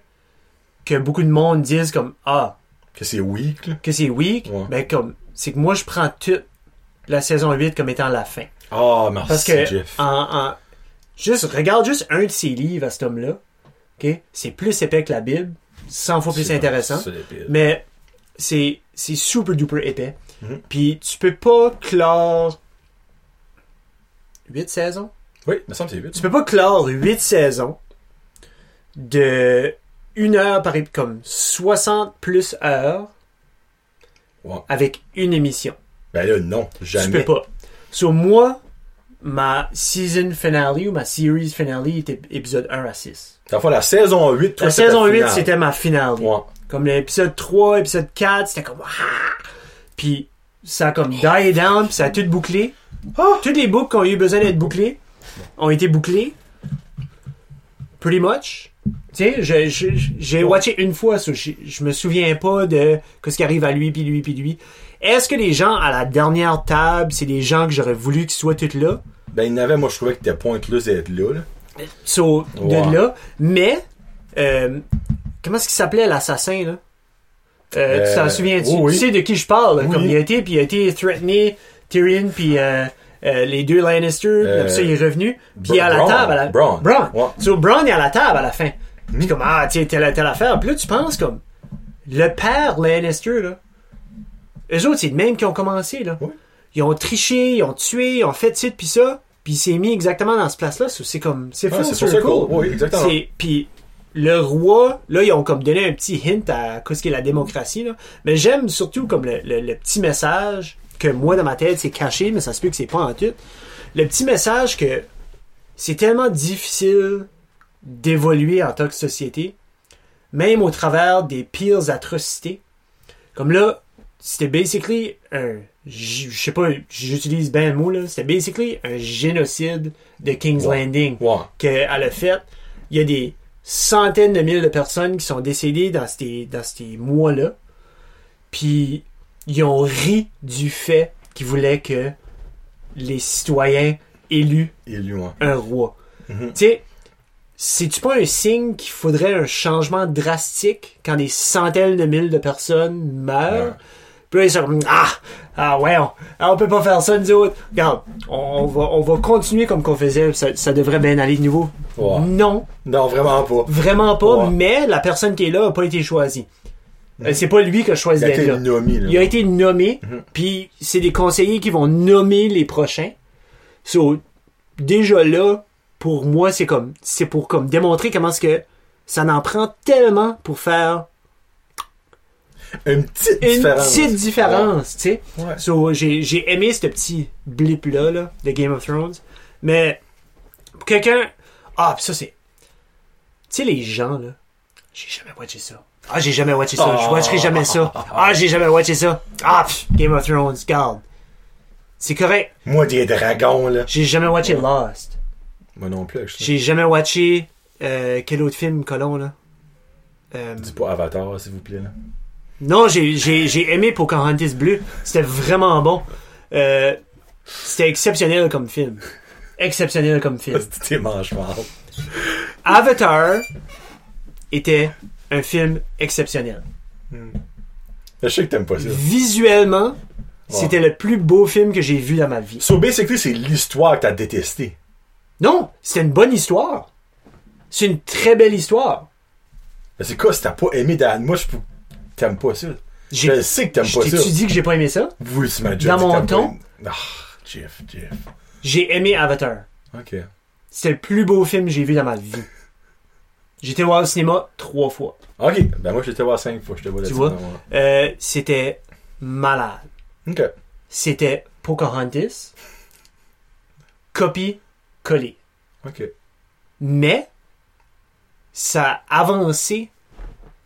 que beaucoup de monde disent comme Ah, Que c'est weak, là. que c'est weak, Ouais. ben comme. C'est que moi je prends toute la saison 8 comme étant la fin. Ah, merci, Parce que. Jeff. En, en- juste, regarde juste un de ses livres à cet homme-là. ok C'est plus épais que la Bible. 100 fois plus C'est intéressant. c'est épais. Mais c'est c'est super duper épais. Mhm. Puis tu peux pas clore 8 saisons. Oui, il me semble que c'est Tu 8. peux pas clore 8 saisons de 1 heure par ép- comme 60 plus heures Ouais. avec une émission. Ben là, non, jamais. Tu peux pas. Sur moi, ma season finale ou ma series finale était épisode 1 à 6. Dans le fond, la saison 8, toi, la c'est ta saison 8, finale. c'était ma finale. Ouais. Comme l'épisode 3, épisode 4, c'était comme Ah! Puis ça a comme die down, puis ça a tout bouclé. Ah! Toutes les boucles qui ont eu besoin d'être bouclées ont été bouclées. Pretty much. Tu sais, je- je- je- j'ai watché une fois, ça, je, je me souviens pas de ce qui arrive à lui, puis lui, puis lui. Est-ce que les gens à la dernière table, c'est des gens que j'aurais voulu qu'ils soient tous là? Ben, il y en avait, moi, je trouvais que t'étais point plus d'être là, là. So, de Ouais. là. Mais, euh, comment est-ce qu'il s'appelait l'assassin, là? Euh, tu Euh, t'en souviens-tu? oui, oui. Tu sais de qui je parle, là, Oui. comme il a été, puis il a été threatené, Tyrion, puis euh, euh, les deux Lannister, puis après ça, il est revenu, puis il est à la Bron- table. À la... Bron. Bron. Euh, Ouais. Hmm. So, Bron est à la table à la fin. Puis comme, ah, tiens, telle, telle affaire. Puis là, tu penses comme, le père Lannister, là, eux autres, c'est de même qui ont commencé, là. Oui. Ils ont triché, ils ont tué, ils ont fait ci, puis ça. Puis il s'est mis exactement dans ce place-là. So, C'est comme, c'est Ouais, full Ah, c'est pour ça circle. que Oui, exactement. C'est- Puis le roi, là, ils ont comme donné un petit hint à ce qu'est la démocratie. Là. Mais j'aime surtout comme le, le- le petit message que moi, dans ma tête, c'est caché, mais ça se peut que c'est pas en tout. Le petit message que c'est tellement difficile d'évoluer en tant que société, même au travers des pires atrocités. Comme là, c'était basically un... Je je sais pas, j'utilise bien le mot, là. C'était basically un génocide de King's Ouais. Landing Ouais. qu'elle a fait, il y a des centaines de milliers de personnes qui sont décédées dans ces, dans ces mois-là. Puis, ils ont ri du fait qu'ils voulaient que les citoyens éluent Et lui, ouais. un roi. Mhm. Tu sais, c'est-tu pas un signe qu'il faudrait un changement drastique quand des centaines de milliers de personnes meurent? Ouais. Puis là, ils sont comme, ah, ah ouais, on, ah, on peut pas faire ça, nous autres. Regarde, on, on va, on va continuer comme qu'on faisait, ça, ça devrait bien aller de nouveau. Ouais. Non, Non, vraiment pas. vraiment pas, Ouais. Mhm. mais la personne qui est là a pas été choisie. Euh, C'est pas lui qui a choisi Il a d'être été là. nommé, là. Il a été nommé, Mhm. puis c'est des conseillers qui vont nommer les prochains. So, déjà là, pour moi, c'est comme c'est pour comme démontrer comment ce que ça n'en prend tellement pour faire Une petite une différence. petite différence, tu sais. Ouais. So, j'ai j'ai aimé ce petit blip là, là de Game of Thrones, mais pour quelqu'un ah pis ça c'est tu sais les gens là, j'ai jamais watché ça. Ah j'ai jamais watché ça, je Oh. watcherai jamais ça. Ah j'ai jamais watché ça. Ah pff, Game of Thrones, garde. C'est correct. Moi, des dragons, là. J'ai jamais watché Lost. Moi non plus, je J'ai jamais watché euh, quel autre film colon là. Euh, Dis pas Avatar, s'il vous plaît, là. Non, j'ai j'ai j'ai aimé Pocahontas Bleu. C'était vraiment bon. Euh, c'était exceptionnel comme film. exceptionnel comme film. C'était mange mal. Avatar était un film exceptionnel. Je sais que t'aimes pas ça. Visuellement, c'était le plus beau film que j'ai vu dans ma vie. So basically, c'est l'histoire que t'as détestée. Non, c'était une bonne histoire. C'est une très belle histoire. Mais c'est quoi si t'as pas aimé Dan? Moi, je peux- t'aimes pas ça. J'ai- Je sais que t'aimes Je pas ça. t'ai-tu dit que j'ai pas aimé ça? Oui, tu m'as déjà Dans dit mon t'aimes ton? pas- Ah, Jeff, Jeff. J'ai aimé Avatar. Ok. C'était le plus beau film que j'ai vu dans ma vie. J'étais voir au cinéma trois fois. Ok, ben moi, je t'ai voir cinq fois, je te vois Tu là-dessus. vois? Euh, c'était malade. Ok. C'était Pocahontas. Copie collée. Ok. Mais ça a avancé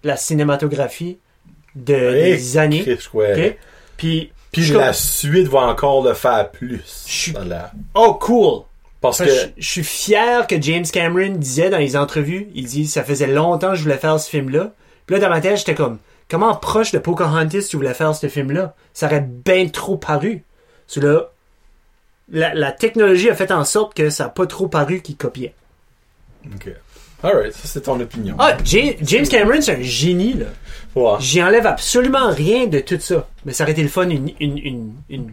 la cinématographie de, des années. Christ, ouais. ok? Puis, Puis je- la suite va encore le faire plus. Je suis- Voilà. Oh, cool! Parce Parce que que. je, je suis fier que James Cameron disait dans les entrevues, il dit ça faisait longtemps que je voulais faire ce film-là. Puis là, dans ma tête, j'étais comme, comment proche de Pocahontas tu voulais faire ce film-là? Ça aurait bien trop paru. Parce que là, la, la technologie a fait en sorte que ça n'a pas trop paru qu'il copiait. Ok. Alright, ça c'est ton opinion. Ah, Ja- James Cameron, c'est un génie, là. Ouais. J'y enlève absolument rien de tout ça. Mais ça aurait été le fun, une, une, une, une,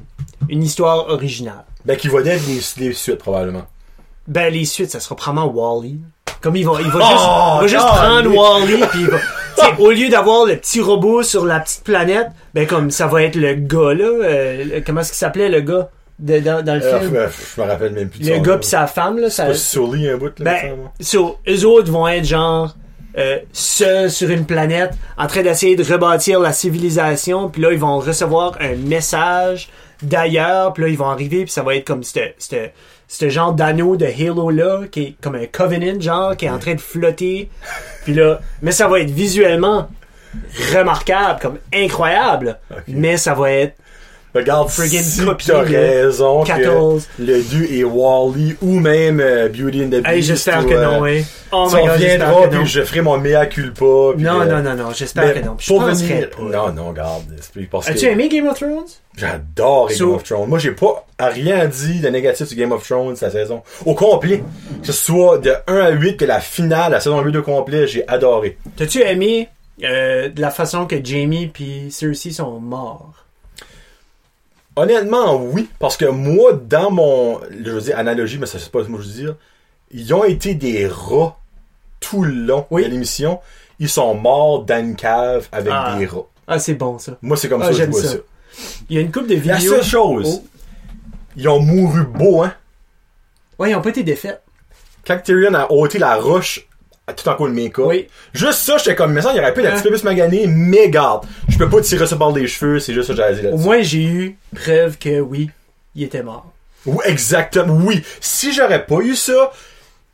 une histoire originale. Ben, qui va donner des, des suites probablement. Ben, les suites, ça sera probablement Wally. Comme il va, il va juste, Oh, il va juste God. prendre Wally, puis il va, tu sais, au lieu d'avoir le petit robot sur la petite planète, ben comme ça va être le gars là, euh, le- comment est-ce qu'il s'appelait le gars de- dans, dans le Euh, film, euh, je me rappelle même plus de le son gars nom. pis sa femme là, ça, Pas Sully un bout là. il me ben, semble. so, eux autres vont être genre euh, seuls sur une planète, en train d'essayer de rebâtir la civilisation, puis là ils vont recevoir un message d'ailleurs, puis là ils vont arriver, puis ça va être comme ce- ce ce genre d'anneau de Halo là, qui est comme un Covenant genre, qui est en train de flotter, puis là, mais ça va être visuellement remarquable, comme incroyable, mais ça va être Regarde, friggin' euh, si copier t'as le raison que 14. le dieu est Wally ou même euh, Beauty and the Beast. Hey, j'espère ou, que euh, non, hein. Oh Tu my god, j'espère reviendras, que puis non. je ferai mon mea culpa. puis, Non, euh, non, non, non, j'espère mais que non. Je pour penserais venir- pas. Non, non, regarde. c'est Parce As-tu que aimé Game of Thrones? j'adore les So- Game of Thrones. Moi, j'ai pas rien dit de négatif sur Game of Thrones cette saison. Au complet. Que ce soit de 1 à 8, que la finale, la saison 8 au complet, j'ai adoré. T'as-tu aimé euh, de la façon que Jamie puis Cersei sont morts? Honnêtement, oui. Parce que moi, dans mon. Je veux dire, analogie, mais ça, c'est pas ce que je veux dire. Ils ont été des rats tout le long Oui. de l'émission. Ils sont morts dans une cave avec Ah. des rats. Ah, c'est bon ça. Moi, c'est comme Ah, ça que je j'aime vois ça. ça. Il y a une coupe de La vidéos. seule chose, Oh. ils ont mouru beau, hein. Ouais, ils ont pas été défaits. Quand Tyrion a ôté la roche à- tout en coup le make-up, Oui. juste ça, j'étais comme, mais ça, il aurait pu être un Hein? petit peu plus magané, mais garde, je peux pas tirer ça par les cheveux, c'est juste ça que j'allais dire Au là-dessus. moins, j'ai eu preuve que oui, il était mort. Oui, exactement, oui. Si j'aurais pas eu ça,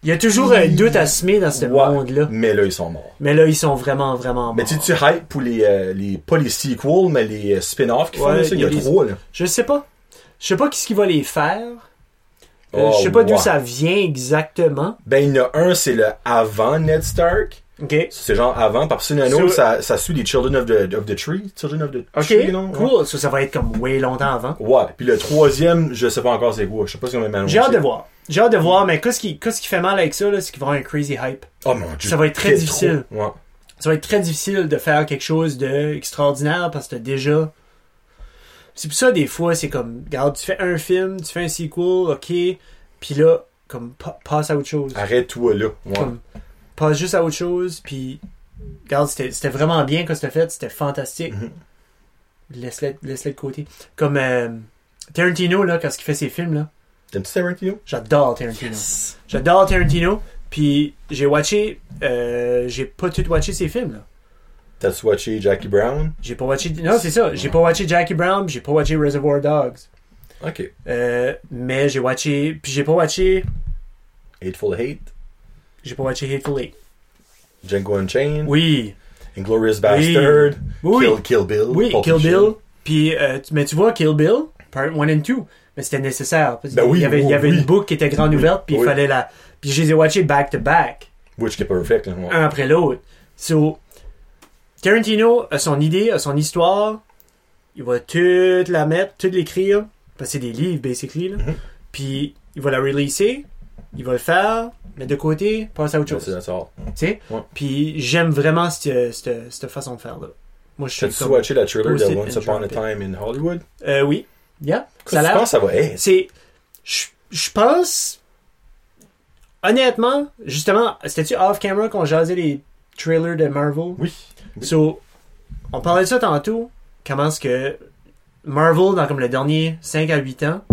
Il y a toujours un doute à semer dans ce ouais, monde-là. mais là, ils sont morts. Mais là, ils sont vraiment, vraiment morts. Mais tu tu hype pour les, euh, les, pas les sequels, mais les euh, spin-offs qui font Ouais, là, ça, il y a il y a des- trois, là. Je sais pas. Je sais pas qu'est-ce qui va les faire. Euh, je sais pas Oh, d'où wow. ça vient exactement. Ben, il y en a un, c'est le avant Ned Stark. Ok. Ça, C'est genre avant, parce que sinon, il y en a un So- autre, ça, ça suit les Children of the, of the Tree. Children of the Ok. Tree, non? Ouais. Cool. Ça, ça va être comme way longtemps avant. Ouais. Puis le troisième, je sais pas encore c'est quoi. Je sais pas si on m'a J'ai hâte de voir. J'ai hâte de voir, mais qu'est-ce qui, qu'est-ce qui fait mal avec ça, là, c'est qu'ils vont avoir un crazy hype. Oh mon dieu. Ça va être très c'est difficile. trop. Ouais. Ça va être très difficile de faire quelque chose d'extraordinaire parce que t'as déjà. C'est pour ça, des fois, c'est comme, regarde, tu fais un film, tu fais un sequel, ok, puis là, comme, pa- passe à autre chose. Arrête-toi là. Ah, Ouais. Comme, passe juste à autre chose, puis, regarde, c'était c'était vraiment bien que c'était fait, c'était fantastique. Mhm. Laisse-le laisse de côté. Comme euh, Tarantino, là, quand il fait ses films, là, T'aimes-tu Tarantino? j'adore Tarantino. J'adore Tarantino. Puis j'ai watché, euh, j'ai pas tout watché ses films. là. T'as-tu watché Jackie Brown? J'ai pas watché, non c'est ça, j'ai pas watché Jackie Brown, puis j'ai pas watché Reservoir Dogs. Ok. Euh, mais j'ai watché, puis j'ai pas watché, Hateful Hate. j'ai pas watché Hateful Eight. Django Unchained. Oui, Inglorious Bastard. oui, Kill, Kill Bill. oui, Pulp Kill Fiction. Bill. Puis euh, tu- mais tu vois Kill Bill, Part 1 and 2, mais c'était nécessaire. Parce Ben oui, il y avait, oui, il y avait oui. une boucle qui était grande Oui, ouverte, puis oui. il fallait la, puis je les ai watchés back to back. Which is Perfect. Là. Ouais. un après l'autre. So, Tarantino a son idée, a son histoire. Mhm. Il va toute la mettre, toute l'écrire. Parce que c'est des livres, basically. là. Puis, il va la releaser, il va le faire, mettre de côté, passer à autre C'est chose. ça sort. Tu sais? Ouais. Puis j'aime vraiment cette, cette, cette façon de faire là. Moi je suis T'as-tu comme... watché la trailer de Post-it Once and Upon a drop it. Time in Hollywood? Euh, oui. Yeah. Ça a Je l'air- pense que ça va être. C'est. Je je pense. Honnêtement, justement, c'était-tu off-camera qu'on jasait les trailers de Marvel? Oui. Oui. So, on parlait de ça tantôt. Comment est-ce que Marvel, dans comme le dernier 5 à 8 ans,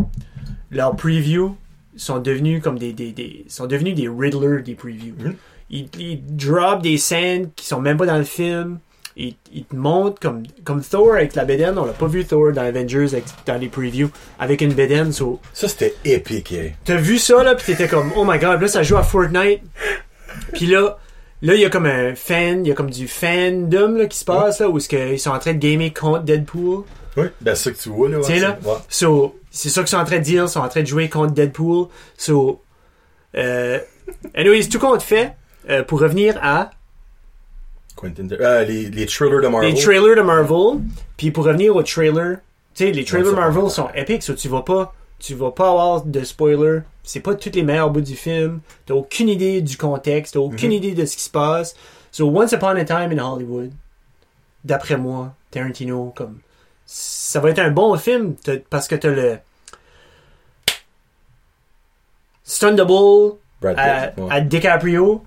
leurs previews sont devenus comme des, des, des- sont devenus des Riddler des previews. Mhm. Ils, ils drop des scènes qui sont même pas dans le film. Ils, ils te montrent comme, comme Thor avec la bédaine. On l'a pas vu Thor dans Avengers avec- dans les previews avec une bédaine. So, Ça, c'était épique, hein. T'as vu ça, là, pis t'étais comme, oh my god, Puis là, ça joue à Fortnite. Puis là, là, il y a comme un fan, il y a comme du fandom, là, qui se passe, là, où ce qu'ils sont en train de gamer contre Deadpool. Oui. Ben, c'est ça que tu vois, là. ouais, Tu sais, là. c'est- ouais. So, c'est ça qu'ils sont en train de dire, ils sont en train de jouer contre Deadpool. So, euh, anyways, tout compte fait, euh, pour revenir à Quentin. euh, les, les trailers de Marvel. les trailers de Marvel, puis pour revenir aux trailers, tu sais, les trailers Ouais, ça- Marvel sont épiques, so tu vas pas, tu vas pas avoir de spoiler. C'est pas tous les meilleurs bouts du film. T'as aucune idée du contexte, t'as aucune Mhm. idée de ce qui se passe. So Once Upon a Time in Hollywood, d'après moi, Tarantino, comme ça va être un bon film t'as- parce que t'as le Stunnable Brad à, Pitt. ouais. à DiCaprio,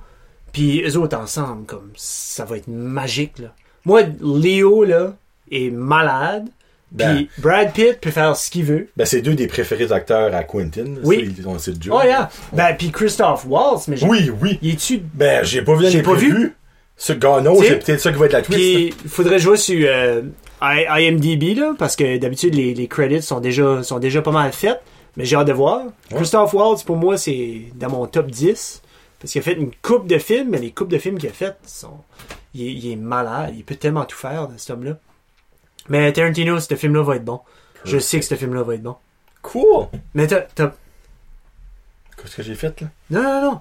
puis eux autres ensemble, comme ça va être magique là. Moi, Léo là est malade, Ben. puis Brad Pitt peut faire ce qu'il veut. Ben, c'est deux des préférés acteurs à Quentin. Oui. Ça, Ils ont essayé de jouer. Oh yeah, ben puis Christophe Waltz, mais j'ai- Oui, oui. il est-tu Ben, j'ai pas vu J'ai les pas vu. prévus. Ce Gano, Tu sais. c'est peut-être ça qui va être la twist. Puis il faudrait jouer sur euh, I- IMDb là, parce que d'habitude les, les credits sont déjà sont déjà pas mal faits, mais j'ai hâte de voir. Christophe Waltz pour moi c'est dans mon top 10 parce qu'il a fait une coupe de films, mais les coupes de films qu'il a faites sont il est, il est malade, il peut tellement tout faire cet homme là. Mais Tarantino, ce film là va être bon. Je sais que ce film là va être bon. Cool. Mais t'as t'as- Qu'est-ce que j'ai fait, là? non non non.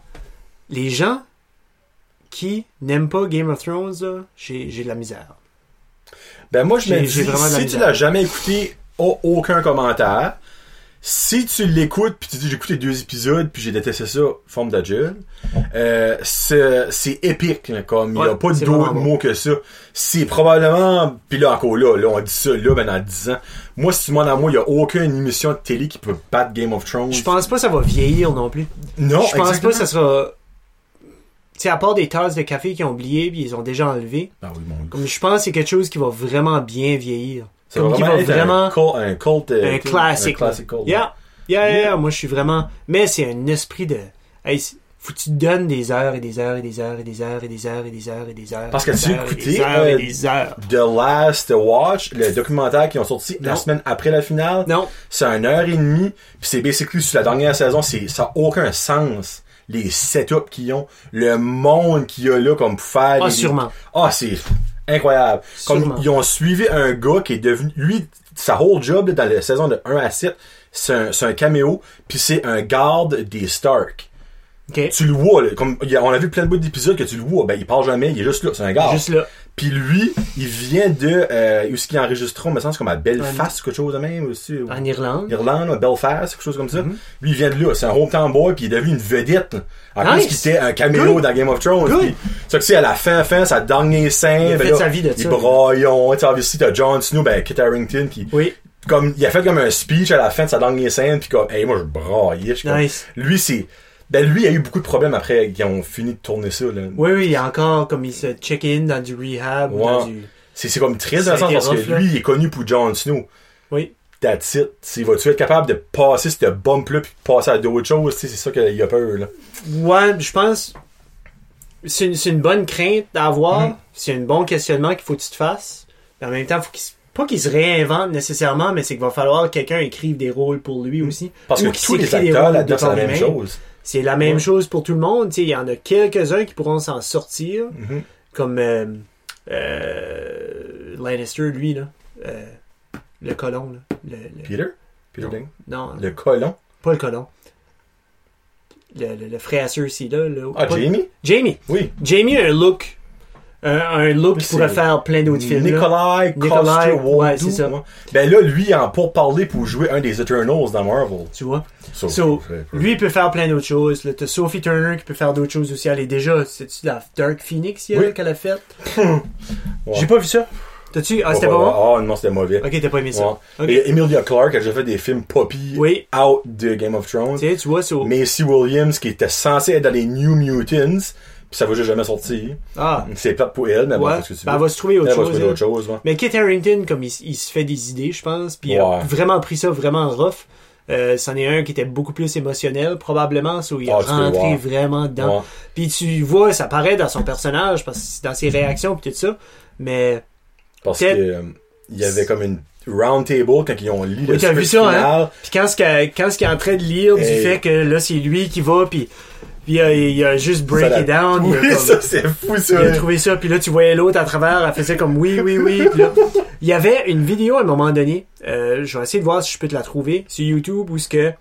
Les gens qui n'aiment pas Game of Thrones, là, j'ai j'ai de la misère. Ben moi je me J'ai- dis, j'ai vraiment de la si tu misère. l'as jamais écouté, a- aucun commentaire. Si tu l'écoutes puis tu dis j'ai écouté deux épisodes puis j'ai détesté ça, forme d'adulte, euh, c'est c'est épique là, comme il y a Ouais, pas c'est d'autres vraiment mots que ça. C'est probablement puis là encore là, là on dit ça là ben dans 10 ans. Moi si tu m'en as moi, il y a aucune émission de télé qui peut battre Game of Thrones. Je pense pas que ça va vieillir non plus. non, je pense pas exactement. que ça sera. Tu sais, à part des tasses de café qui ont oublié puis ils ont déjà enlevé. Ah oui, mon gars. Comme je pense que c'est quelque chose qui va vraiment bien vieillir. Ça comme va qui vraiment va être un vraiment- cult, un cult, euh, un thing, classique. un classic cult, Yeah. Yeah, yeah, Yeah. yeah. Moi, je suis vraiment. Mais c'est un esprit de. Hey, c'est- faut que tu te donnes des heures et des heures et des heures et des heures et des heures et des heures et des heures. Parce que des tu heures et écoutais, Des heures et euh, des heures. The Last Watch, le documentaire qu'ils ont sorti la Non. semaine après la finale. Non. C'est une heure et demie, puis c'est basically sur la dernière saison, c'est ça a aucun sens. Les setups qu'ils ont, le monde qu'il y a là comme pour faire. Ah, les- sûrement. Ah, c'est incroyable. Sûrement. Comme ils ont suivi un gars qui est devenu. Lui, sa whole job là, dans la saison de 1 à 7, c'est un, c'est un caméo, puis c'est un garde des Stark. Ok. Tu le vois, là, comme il y a- on a vu plein de bouts d'épisodes que tu le vois, ben il parle jamais, il est juste là, c'est un garde. Juste là. Puis lui, il vient de. Euh, où ce qu'ils enregistreront, me semble, c'est comme à Belfast, ou quelque chose de même aussi. ou- En Irlande. Irlande, là, Belfast, quelque chose comme Mhm. ça. Lui, il vient de là. C'est un hometown boy, puis il est devenu une vedette. là, À Nice. cause qu'il était un caméo Good. dans Game of Thrones. Good. Puis, c'est que, tu sais, à la fin, fin, sa dernière scène. Il a ben fait là, sa vie de Il ça. broyon. Tu sais, obviously, t'as Jon Snow, ben, Kit Harington, qui. Oui. Comme, il a fait comme un speech à la fin de sa dernière scène, puis comme, hey, moi, je braillais. je suis comme- Nice. Lui, c'est. Ben, lui, il a eu beaucoup de problèmes après qu'ils ont fini de tourner ça, là. Oui, oui, il y a encore comme il se check-in dans du rehab ou dans Ouais. du. C'est, c'est comme triste dans le Ça sens a été parce rough, que là. lui, il est connu pour Jon Snow. Oui. That's it. S'il va-tu être capable de passer ce bump-là puis de passer à d'autres choses, tu sais, c'est ça qu'il a peur, là. Ouais, je pense. C'est une, c'est une bonne crainte Mm. d'avoir. C'est un bon questionnement qu'il faut que tu te fasses. Mais en même temps, faut qu'il se- pas qu'il se réinvente nécessairement, mais c'est qu'il va falloir que quelqu'un écrive des rôles pour lui aussi. Mm. Parce Ou que qu'il tous les s'écrit des acteurs rôles là-dedans, de c'est la par même lui-même. chose. C'est la même Ouais. chose pour tout le monde. tu sais, Il y en a quelques-uns qui pourront s'en sortir. Mhm. Comme euh, euh, Lannister, lui, là. Euh, le colon, là. Le, le- Peter? Peter Non. Ding? non, Le colon? pas le colon. Le, le, le frère Cersei, là. le- Ah, pas- Jamie? Jamie. Oui. Jamie a un look un, un look qui C'est- pourrait faire plein d'autres films. là. Nikolai Nikolai, Coster-Waldau, ouais, c'est ça. ouais. Ben là, lui, en pour parler pour jouer un des Eternals dans Marvel. Tu vois? So, So, Oh, c'est- lui, il peut faire plein d'autres choses. Là, t'as Sophie Turner qui peut faire d'autres choses aussi. Elle est déjà, c'est-tu la Dark Phoenix, elle, Oui. qu'elle a faite? Ouais. J'ai pas vu ça. T'as-tu? Ah, c'était Ouais, pas ouais, bon? ouais. Ah, non, c'était mauvais. Ok, t'as pas aimé ça. Ouais. Ok. Et Emilia Clarke a déjà fait des films poppy Oui. out de Game of Thrones. Tu sais, tu vois, so- Macy Williams, qui était censée être dans les New Mutants, puis ça va juste jamais sortir. Ah, C'est plate pour elle, mais bon, ouais. qu'est-ce que tu Ben, elle veux? va se trouver autre Elle va chose. hein. trouver elle. d'autres choses, ouais. Mais Kit Harrington, comme il, s- il se fait des idées, je pense, puis il a Ouais. vraiment pris ça vraiment rough. Euh, c'en est un qui était beaucoup plus émotionnel, probablement, so il est Ah, tu peux le rentré voir. vraiment dedans. Ouais. Puis tu vois, ça paraît dans son personnage, parce que c'est dans Mhm. ses réactions, puis tout ça, mais Parce que Peut-être- euh, il y avait comme une round table quand ils ont lu le Oui, t'as vu script ça, hein? final. Puis quand ce qu'il quand ce qu'il est en train de lire du Hey. fait que là c'est lui qui va puis puis euh, il a juste break Ça it l'a- down, il, a Oui, comme- ça, c'est fou, ça. il a trouvé ça puis là tu voyais l'autre à travers, elle faisait comme oui oui oui. Puis là, il y avait une vidéo à un moment donné, euh, je vais essayer de voir si je peux te la trouver sur YouTube où ce que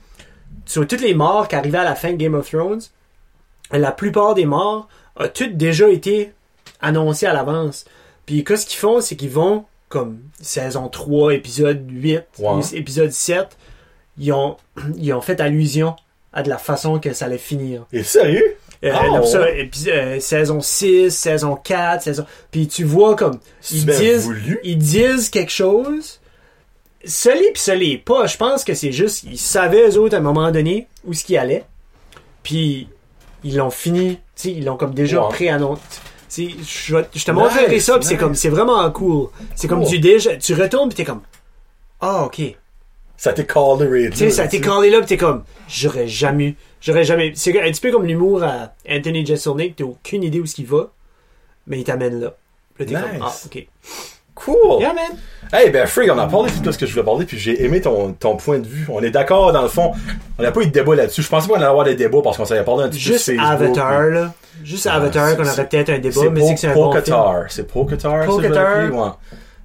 sur toutes les morts qui arrivaient à la fin de Game of Thrones, la plupart des morts a toutes déjà été annoncées à l'avance. Puis qu'est-ce qu'ils font, c'est qu'ils vont comme saison 3, épisode 8, Ouais. ou épisode 7, ils ont, ils ont fait allusion à de la façon que ça allait finir. Et sérieux? Euh, Ah, là, ça, ouais. épi- euh, saison 6, saison 4, saison... Puis tu vois comme... C'est Ils bien disent, voulu. ils disent quelque chose... Ça l'est, puis ça l'est pas. Je pense que c'est juste... Ils savaient, eux autres, à un moment donné, où ce qu'ils allaient. Puis ils l'ont fini. Tu sais, ils l'ont comme déjà Ouais. pré-annoncé. Tu sais, Je, vais- je te montrerai Nice, ça, puis c'est nice. comme... C'est vraiment cool. C'est comme Cool. tu déjà... Tu retournes, puis t'es comme... Ah, OK. Ça t'est callé, Ridley. Tu sais, ça t'est collé là, pis t'es comme, j'aurais jamais, j'aurais jamais. C'est un petit peu comme l'humour à Anthony Jeselnik, t'as aucune idée où ce qu'il va, mais il t'amène là. Puis là, Nice. t'es Oh. comme, ah, ok. Cool. Yeah, man! Hey, ben, Frigg, on a parlé de tout ce que je voulais parler, puis j'ai aimé ton, ton point de vue. On est d'accord, dans le fond. On n'a pas eu de débat là-dessus. Je pensais pas qu'on allait avoir des débats parce qu'on s'avait parlé un petit Juste peu sur Facebook. Ah, Avatar, là. Juste Avatar, c'est- qu'on aurait c'est- peut-être un C'est débat, mais c'est que c'est pour un bon film. Pocatar. C'est Pocatar, ça, je l'ai Pocatar. appelé, ouais.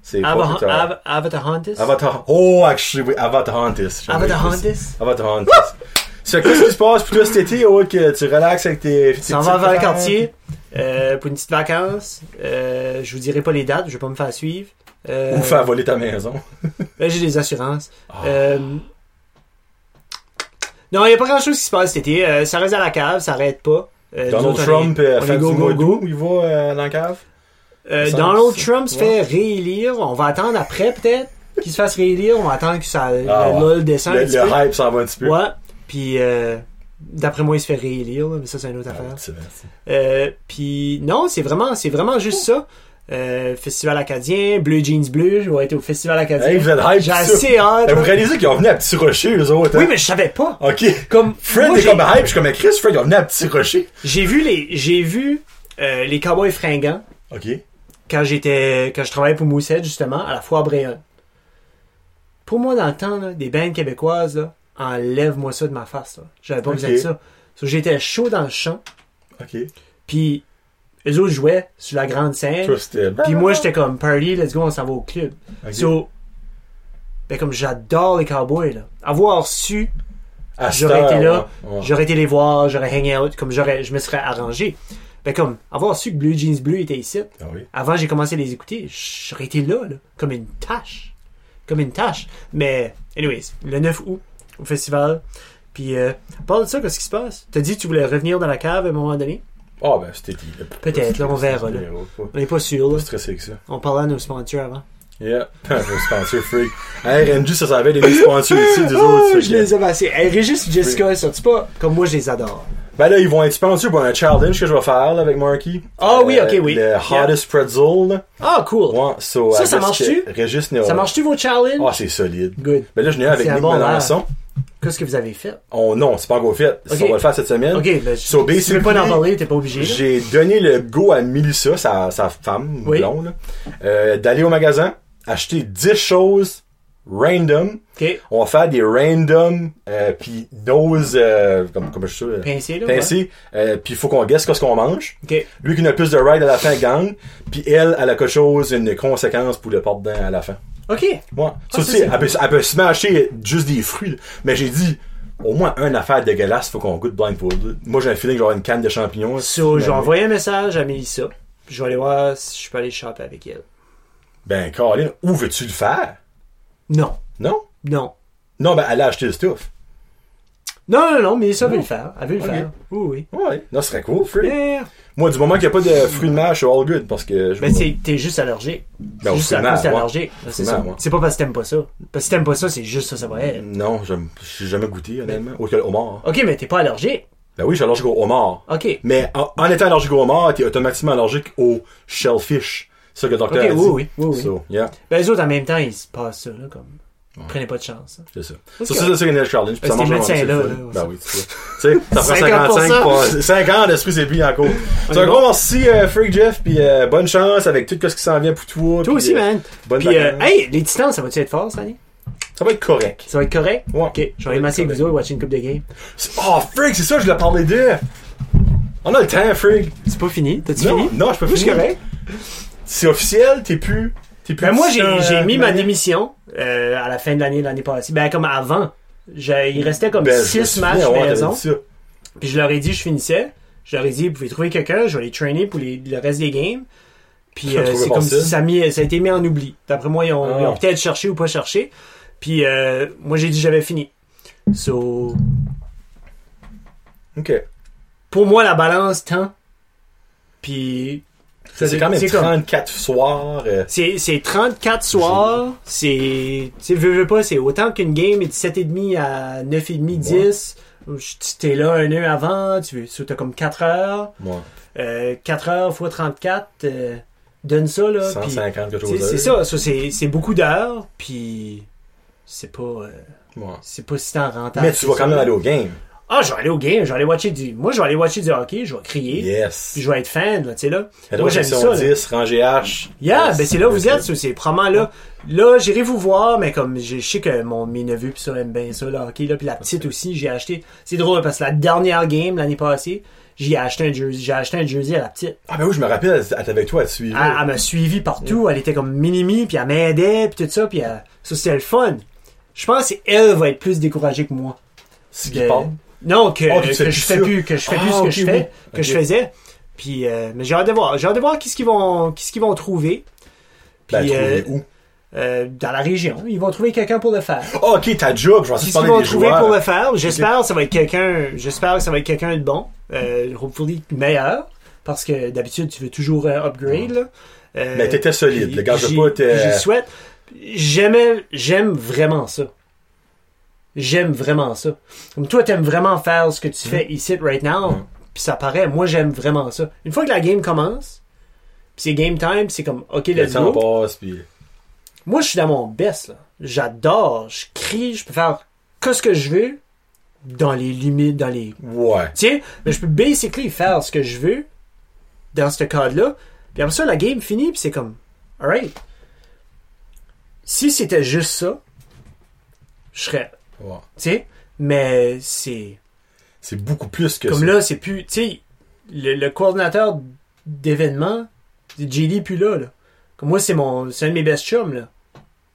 C'est Ava- Pocatar. Av- Avatahantis? Avatar. Oh, actually, oui, Avatarantis. Avatahantis? Avatarantis. C'est qu'est-ce qui se passe pour toi cet été, Owen, que tu relaxes avec tes. tes Ça petites va vers le affaires? quartier euh, pour une petite vacance. Euh, je vous dirai pas les dates, je vais pas me faire suivre. Euh, Ou faire voler ta maison. Là, Ben, j'ai des assurances. Ah. Euh, Non, il n'y a pas grand chose qui se passe cet été. Euh, ça reste à la cave, ça arrête pas. Euh, nous Donald autres, on Trump, est- euh, on est fin du go, mois go, go. d'août, il va euh, dans la cave. Euh, Ça, Donald c'est- Trump se ouais. fait réélire. On va attendre après, peut-être, qu'il se fasse réélire. On va attendre que Ah, ça, le ouais. lol descende. Le, un petit le peu. hype s'en va un petit peu. Ouais. Puis, euh, d'après moi, il se fait réélire, là, mais ça, c'est une autre Ah, affaire. tu sais. Euh, puis non, c'est vraiment, c'est vraiment juste ça. Euh, Festival acadien, Blue Jeans Bleu, je vais être au Festival acadien. Hey, vous êtes hype, J'ai ça. assez hâte. Ben, Vous réalisez qu'ils ont venu à Petit Rocher, eux autres. Oui, hein? mais je savais pas. Ok. Comme Fred moi, est j'ai- comme hype, je suis comme Chris, Fred, ils ont venu à Petit Rocher. J'ai vu les, j'ai vu euh, les Cowboys fringants Ok. quand j'étais, quand je travaillais pour Moussette justement à la foire Bréon. Pour moi dans le temps là, des bandes québécoises là, enlève-moi ça de ma face là. J'avais pas Ok. besoin de ça. So, j'étais chaud dans le champ, Ok. puis les autres jouaient sur la grande scène. Toi, c'était. Puis moi j'étais comme party, let's go, on s'en va au club. Ok. So, ben comme j'adore les Cowboys là. Avoir su À cette j'aurais été heure, là, ouais, ouais. J'aurais été les voir, j'aurais hang out, comme j'aurais, je me serais arrangé. Ben comme, avoir su que Blue Jeans Bleu était ici, Ah oui. avant j'ai commencé à les écouter, j'aurais été là, là, comme une tâche. Comme une tâche. Mais, anyways, le 9 août, au festival. Puis, euh, parle de ça, qu'est-ce qui se passe? T'as dit que tu voulais revenir dans la cave à un moment donné? Ah, ben, c'était dit. Peut-être, là, on verra, là. On n'est pas sûr, Pas là. stressé avec ça. On parlait à nos sponsors avant. Yeah. Un sponsor freak. RNG, ça servait des sponsors ici, des autres. fait que- Oh, ai passés. Hey, Régis Jessica, ça, tu pas? Comme moi, je les adore. Ben là, ils vont être sponsors pour un challenge que je vais faire là, avec Marky. Euh, Ah oui, ok, oui. Le hottest pretzel. là. Ah, cool! Ouais, so, Ça, I ça guess marche-tu? que Régis Néo. Ça marche-tu vos challenges? Ah, c'est solide. Good. Ben là, je n'ai un avec C'est un Nick bon Melançon. Qu'est-ce que vous avez fait? Oh non, c'est pas encore fait. Ok. On va le faire cette semaine. Ok, So, ben, si tu veux pas basically, en parler, t'es pas obligé. là. J'ai donné le go à Melissa, sa, sa femme, Oui. blonde, là, euh, d'aller au magasin, acheter 10 choses random. Ok, On va faire des random, euh, puis nose, euh, comme, comme je sais, euh, pincé là. pincé, euh, puis il faut qu'on guesse qu'est-ce qu'on mange. ouais. Ok, Lui qui a le plus de ride à la fin gagne, puis elle, elle a quelque chose, une conséquence pour le porte-dents à la fin. ok. Ouais. Ça, Ah, ça, tu sais, c'est elle, peut, elle peut smasher juste des fruits, là. mais j'ai dit, au moins une affaire dégueulasse, faut qu'on goûte blindfold. Moi, j'ai un feeling que j'aurai une canne de champignons. So, Mais- j'ai envoyé un message à Mélissa. Puis je vais aller voir si je peux aller shopper avec elle. Ben, Colin, où veux-tu le faire? Non. Non? Non. Non, ben, elle a acheté le stuff. Non, non, non, mais ça, elle veut le faire. Elle veut le Oh. Ok. faire. Oui, Ouais. Non, ce serait cool, oui. free. Yeah. Moi, du moment qu'il n'y a pas de fruits de mer, je suis all good parce que je. Ben, c'est- t'es juste allergique. au c'est juste à final, cause que t'es ouais. allergique. C'est final, ça. ouais. C'est pas parce que t'aimes pas ça. Parce que si t'aimes pas ça, c'est juste ça, ça va être. Non, je n'ai jamais goûté, honnêtement. Autre que le homard. hein. Ok, mais t'es pas allergique. Ben oui, je suis allergique au homard. Ok. Mais en, en étant allergique au homard, t'es automatiquement allergique au shellfish. C'est ça que le docteur Ok, a dit. oui, oui, oui, oui. So, yeah, Ben, les autres, en même temps, ils se passent ça, là, comme. Prenez pas de chance. là. c'est ça. Parce So, que- c'est ça, c'est une challenge. Puis Parce ça que mange les vraiment, c'est médecins, le là, fun. là, Ben oui, c'est ça. Tu sais, ça prend 55 50%. pour- 50 d'esprit c'est puis encore. C'est un gros merci, euh, Freak Jeff, puis euh, bonne chance avec tout ce qui s'en vient pour toi. Toi puis, aussi, euh, man. bonne Puis, euh, vacances. hey, les titans, ça va-tu être fort cette année? Ça va être correct. Ça va être correct? Ouais. Ok, je vais aller masser avec vous autres, watcher une coupe de game. C'est- Oh, Freak, c'est ça, je l'ai parlé de. On a le temps, Freak. C'est pas fini? T'as-tu Non, fini? non, je peux Oui, plus. c'est correct. C'est officiel, t'es plus. T'es plus Ben, moi, j'ai euh, j'ai mis ma Marie- démission euh, à la fin de l'année, l'année passée. Ben, comme avant. J'ai- il restait comme Ben, je me 6 souviens, matchs ouais, t'avais maison. dit ça. Puis je leur ai dit, je finissais. Je leur ai dit, vous pouvez trouver quelqu'un, je vais les trainer pour les- le reste des games. Puis Ça euh, trouvait c'est comme facile. si ça, a mis- ça a été mis en oubli. D'après moi, ils ont, Ah. ils ont peut-être cherché ou pas cherché. Puis euh, moi, j'ai dit, j'avais fini. So, Ok. pour moi, la balance tend. Puis Ça, C'est quand même c'est comme- 34 soirs. euh, c'est c'est 34 soirs. C'est. Tu sais, veux, veux pas, c'est autant qu'une game est de 7,5 à 9,5, 10. Tu T'es là un nœud avant, tu veux, so, t'as comme 4 heures. ouais, Euh, 4 heures x 34, euh, donne ça, là. puis- 150 quelque c'est chose. c'est ça, ça, c'est c'est beaucoup d'heures, puis c'est pas, euh, Ouais. c'est pas si tant rentable. Mais tu que vas ça. quand même aller au game. Ah, je vais aller au game, je vais aller watcher du. Moi, je vais aller watcher du hockey, je vais crier, Yes. puis je vais être fan, là, tu sais, là. Fais Moi, donc j'aime section ça, là. 10, rangée H. Yeah, Yes. ben c'est là où vous êtes, ça, c'est probablement là. Là, j'irai vous voir, mais comme je je sais que mon, mes neveux pis ça aiment bien ça, le hockey, là, puis la petite aussi, j'ai acheté. C'est drôle parce que la dernière game l'année passée, j'ai acheté un jersey. J'ai acheté un jersey à la petite. Ah, ben oui, je me rappelle, elle était avec toi, elle te suivait. Elle, elle m'a suivi partout. Elle était comme minimi, puis elle m'aidait, puis tout ça, puis elle- ça, c'était le fun. Je pense qu'elle va être plus découragée que moi. Si Que- qui parle. Non, que, Oh, que tu que fais je plus fais ça. plus, que je fais Ah, plus ce que ok, je fais, oui. que je Ok. faisais. Puis, euh, mais j'ai hâte de voir. J'ai hâte de voir qu'est-ce qu'ils vont, qu'est-ce qu'ils vont trouver. Puis, Ben, elle euh, trouvait où? euh, dans la région, ils vont trouver quelqu'un pour le faire. Ah, ok, ta job, je vais Qu'est-ce ensuite qu'ils vont parler des trouver joueurs. pour le faire J'espère que ça va être quelqu'un. J'espère que ça va être quelqu'un de bon, euh, hopefully meilleur, parce que d'habitude tu veux toujours euh, upgrade. Là. Euh, Mais Ben, t'étais solide, puis- le gars, euh, je puis veux pas j'y- te- puis J'y souhaite. J'aimais, j'aime vraiment ça. J'aime vraiment ça. Comme toi, t'aimes vraiment faire ce que tu fais ici right now, Mm. puis ça paraît. Moi, j'aime vraiment ça. Une fois que la game commence, puis c'est game time, c'est comme ok, Le let's go. temps passe, puis. Moi, je suis dans mon best, là. J'adore, je crie, je peux faire que ce que je veux dans les limites, dans les. Ouais. Tiens, mais je peux basically faire ce que je veux dans ce cadre-là. Puis après ça, la game finit, puis c'est comme, alright. Si c'était juste ça, je serais. Ouais. Tu sais, mais c'est. C'est beaucoup plus que Comme ça. là, c'est plus. Tu sais, le, le coordinateur d'événements, JD, est plus là, là. Comme moi, c'est mon. C'est un de mes best chums, là.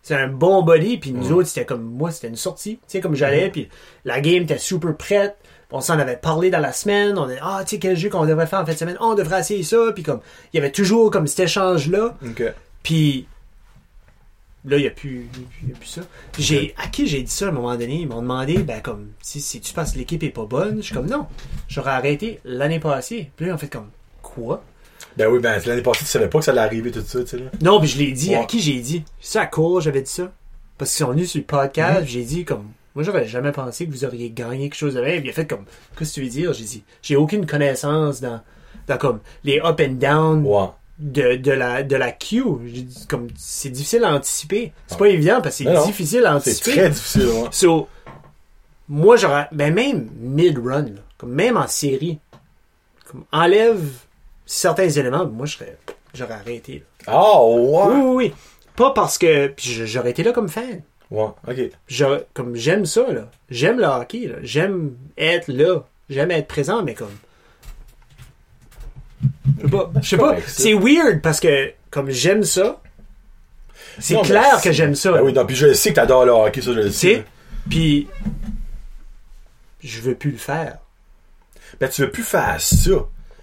C'est un bon body, puis nous Mm. autres, c'était comme. Moi, c'était une sortie. Tu sais, comme j'allais, puis la game était super prête. On s'en avait parlé dans la semaine. On a ah, tu sais, quel jeu qu'on devrait faire en fin de semaine. Ah, on devrait essayer ça. Puis comme, il y avait toujours comme cet échange-là. Ok. Puis là, il n'y a, plus il y a plus- il y a plus ça. Puis j'ai, à qui j'ai dit ça à un moment donné? Ils m'ont demandé, ben comme, si, si tu penses que l'équipe est pas bonne, je suis comme, non, j'aurais arrêté l'année passée. Puis là, ils ont fait comme, quoi? Ben oui, ben l'année passée, tu savais pas que ça allait arriver tout ça, tu sais. là. Non, puis je l'ai dit, à Ouais. qui j'ai dit? C'est à court, j'avais dit ça. Parce qu'ils sont venus sur le podcast, puis j'ai dit comme, moi, j'aurais jamais pensé que vous auriez gagné quelque chose de même. Puis il a fait comme, qu'est-ce que tu veux dire? J'ai dit, j'ai aucune connaissance dans, dans comme, les up and down Ouais. de, de la de la queue. J'ai dit, Comme c'est difficile à anticiper. C'est pas évident parce que Ah. Non, c'est non. difficile à C'est anticiper. très difficile, ouais. So, moi j'aurais ben même mid run, comme même en série, comme enlève certains éléments, moi je serais- j'aurais arrêté. là. Ah, Oui, ouais. oui, oui. Pas parce que puis je- j'aurais été là comme fan. Ouais, ok. J'aurais- comme j'aime ça là, j'aime le hockey, là. j'aime être là, j'aime être présent, mais comme je sais pas. Je sais pas. correct, ça. C'est weird parce que comme j'aime ça, c'est Non, clair mais que j'aime ça. Ben oui, euh, non, puis je sais que t'adores le hockey, ça, je le tu sais. sais, puis je veux plus le faire. Ben, tu veux plus faire ça.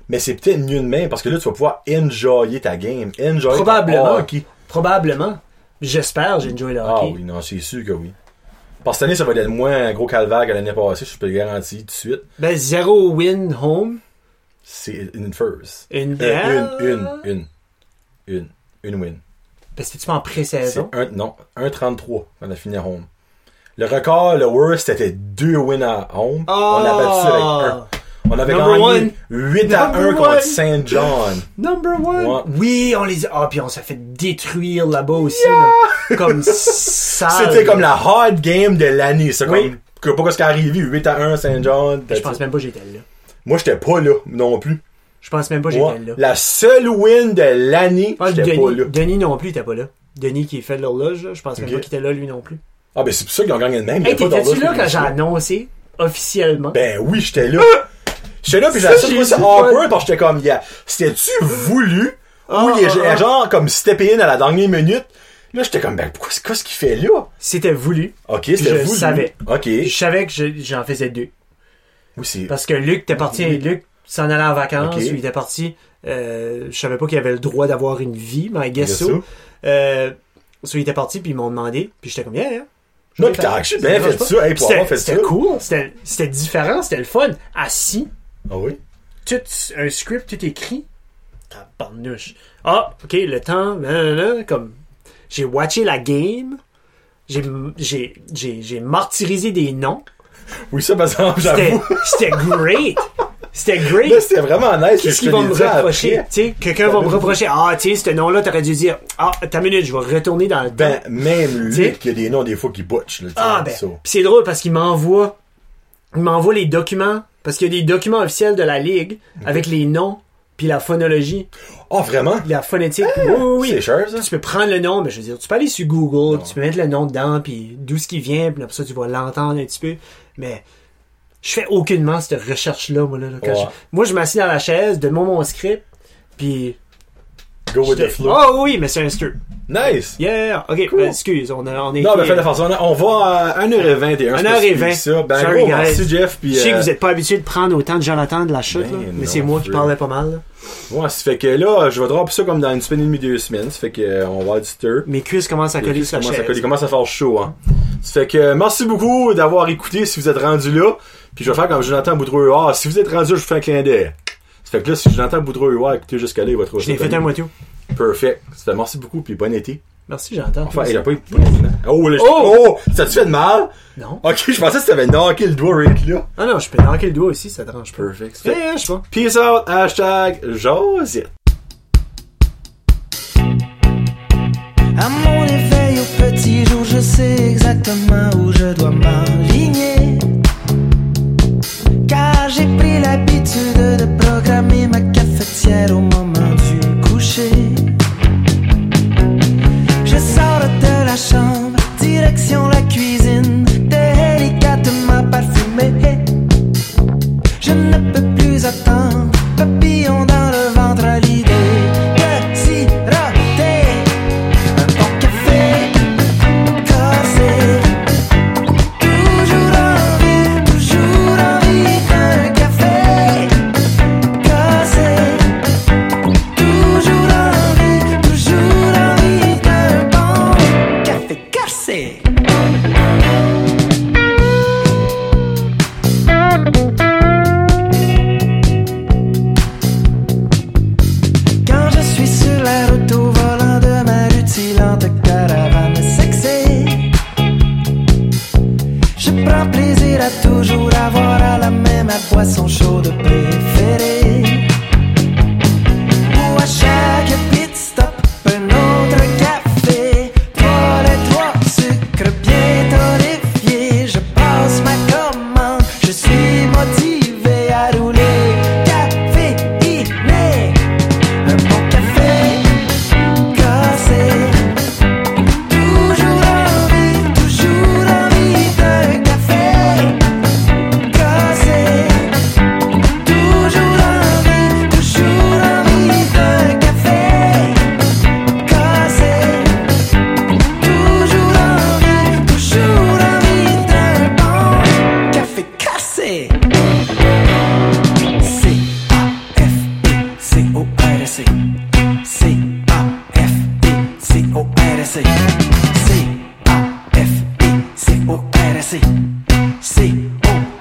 mais c'est peut-être mieux de même parce que là, tu vas pouvoir enjoyer ta game. Enjoyer Probablement. Ton hockey. Probablement. J'espère, j'ai enjoyé le Ah hockey. oui, non, c'est sûr que oui. Parce que cette année, ça va être moins un gros calvaire que l'année passée, je peux le garantir tout de suite. Ben, zéro win home. C'est une first. Une, Euh, une, une, une, une, une win. Ben, c'était-tu en C'est pré-saison? un, non, 1,33 quand on a fini à home. Le record, le worst, c'était deux wins à home. On a battu ça avec un. On avait Ah! Number gagné one. 8 à 1 Number one. contre Saint John. Number one! Ouais. Oui, on les a. Ah, puis on s'est fait détruire là-bas aussi. là. Comme ça. C'était comme la hard game de l'année. C'est Ah, Oui. comme, que, pas ce qui est arrivé, 8 à 1 Saint John. Je pense même pas que j'étais là. Moi, j'étais pas là non plus. Je pense même pas que Moi, j'étais là. la seule win de l'année, Ah, j'étais pas là. Denis, Denis non plus, il était pas là. Denis qui fait de l'horloge, là, je pense même Ok. pas qu'il était là lui non plus. Ah, ben c'est pour ça qu'ils ont gagné le même. Il y Hey, a pas t'étais-tu d'horloge là quand publique. j'ai annoncé officiellement? Ben oui, j'étais là. J'étais là, puis j'ai Ah! Ça, trouvé j'ai ça dit awkward quoi? parce que j'étais comme, yeah, c'était-tu voulu? Ah, ou il est ah, ah. genre comme step in à la dernière minute? Là, j'étais comme, ben pourquoi c'est quoi ce qu'il fait là? C'était voulu. Ok, c'était Je voulu. savais. Ok. Je savais que je- j'en faisais deux. Oui, c'est. Parce que Luc était parti, Luc s'en allait en vacances, Ok. ou il était parti. euh, je savais pas qu'il avait le droit d'avoir une vie, mais I guess Guess so. so. Euh, so, il était parti, puis ils m'ont demandé, puis j'étais comme, yeah, yeah. Je Non, l'ai pis fait. t'as actually bien dérange fait pas. ça. Hey, pour C'était- avoir fait ça. C'était cool, c'était c'était différent, c'était le fun. Assis, Ah oui? tout un script, tout écrit. Tabarnouche. Ah, ok, le temps, blablabla, comme j'ai watché la game, j'ai j'ai j'ai j'ai martyrisé des noms. Oui, ça, par exemple, C'était j'avoue. c'était great, c'était Là, great. c'était vraiment nice. Qu'est-ce je te qu'ils vont l'ai me dit après. reprocher Tu sais, quelqu'un va me reprocher. Ah, tu sais, ce nom-là, t'aurais dû dire. Ah, ta minute, je vais retourner dans le temps. Ben, même T'sais. lui, qu'il y a des noms des fois qui butch. Là, t'sais, Ah ben, so. pis c'est drôle parce qu'il m'envoie, il m'envoie les documents parce qu'il y a des documents officiels de la ligue Mhm. avec les noms puis la phonologie, Ah, vraiment? la phonétique. oui, oui, Eh, C'est oui. cher, ça? Tu peux prendre le nom, mais je veux dire, tu peux aller sur Google, tu peux mettre le nom dedans, puis d'où ce qui vient, puis après ça tu vas l'entendre un petit peu. Mais je fais aucunement cette recherche là, moi là. là, quand Ouais. je- moi je m'assieds dans la chaise, de mon script, puis Go with the flow. oh oui, mais c'est un script. Nice! Yeah, ok, Cool. ben, excuse, on, a, euh, on est. Non, mais fais la façon. On va à 1h21. 1h20. Ça. Ben, Sorry, gros, guys. merci, Jeff. Puis, Je sais euh, que vous n'êtes pas habitué de prendre autant de Jonathan de la chute, Ben là, non, mais c'est moi qui Fred. parlais pas mal. là. euh, Ouais, ça fait que là, je vais drop ça comme dans une semaine et demie, deux semaines. Ça fait que euh, on va avoir du stir. Mes cuisses commencent à coller Il sur la commence à chaise. coller, il commence à faire chaud, hein. Ça fait que euh, merci beaucoup d'avoir écouté si vous êtes rendu là. Puis je vais faire comme Jonathan Boudreau. Ah, si vous êtes rendu là, je vous fais un clin d'œil. Ça fait que là, si Jonathan Boudreau a écouté jusqu'à là, il va trouver Je l'ai fait un moitié. Perfect. Ça fait merci beaucoup, puis bon été. Merci, Jonathan. Enfin, Merci. il a pas eu. Oh, là, je- Oh! oh! Ça te fait de mal? Non. Ok, je pensais que ça t'avais knocké le doigt, right là. Ah non, je peux dans le doigt aussi, ça dérange pas. Perfect. Eh, je sais pas. Peace out, hashtag Josette. À mon éveil au petit jour, je sais exactement où je dois m'aligner. Car j'ai pris l'habitude de programmer ma cafetière au moment du coucher. Je sors de la chambre, direction la cuisine, délicatement parfumée. Je ne peux plus attendre, papillon dans le ventre à l'idée de siroter un bon café cassé Toujours envie, toujours envie d'un café cassé Toujours envie, toujours envie d'un bon café cassé Quand je suis sur la route au volant de ma rutilante caravane sexy Je prends plaisir à toujours avoir à la même ma boisson chaude préférée Ou à chaque pit stop un autre café Trois les trois sucres bien torréfiés Je passe ma commande, je suis motivé à rouler Café inné un bon café cassé C C A F I C O R C C O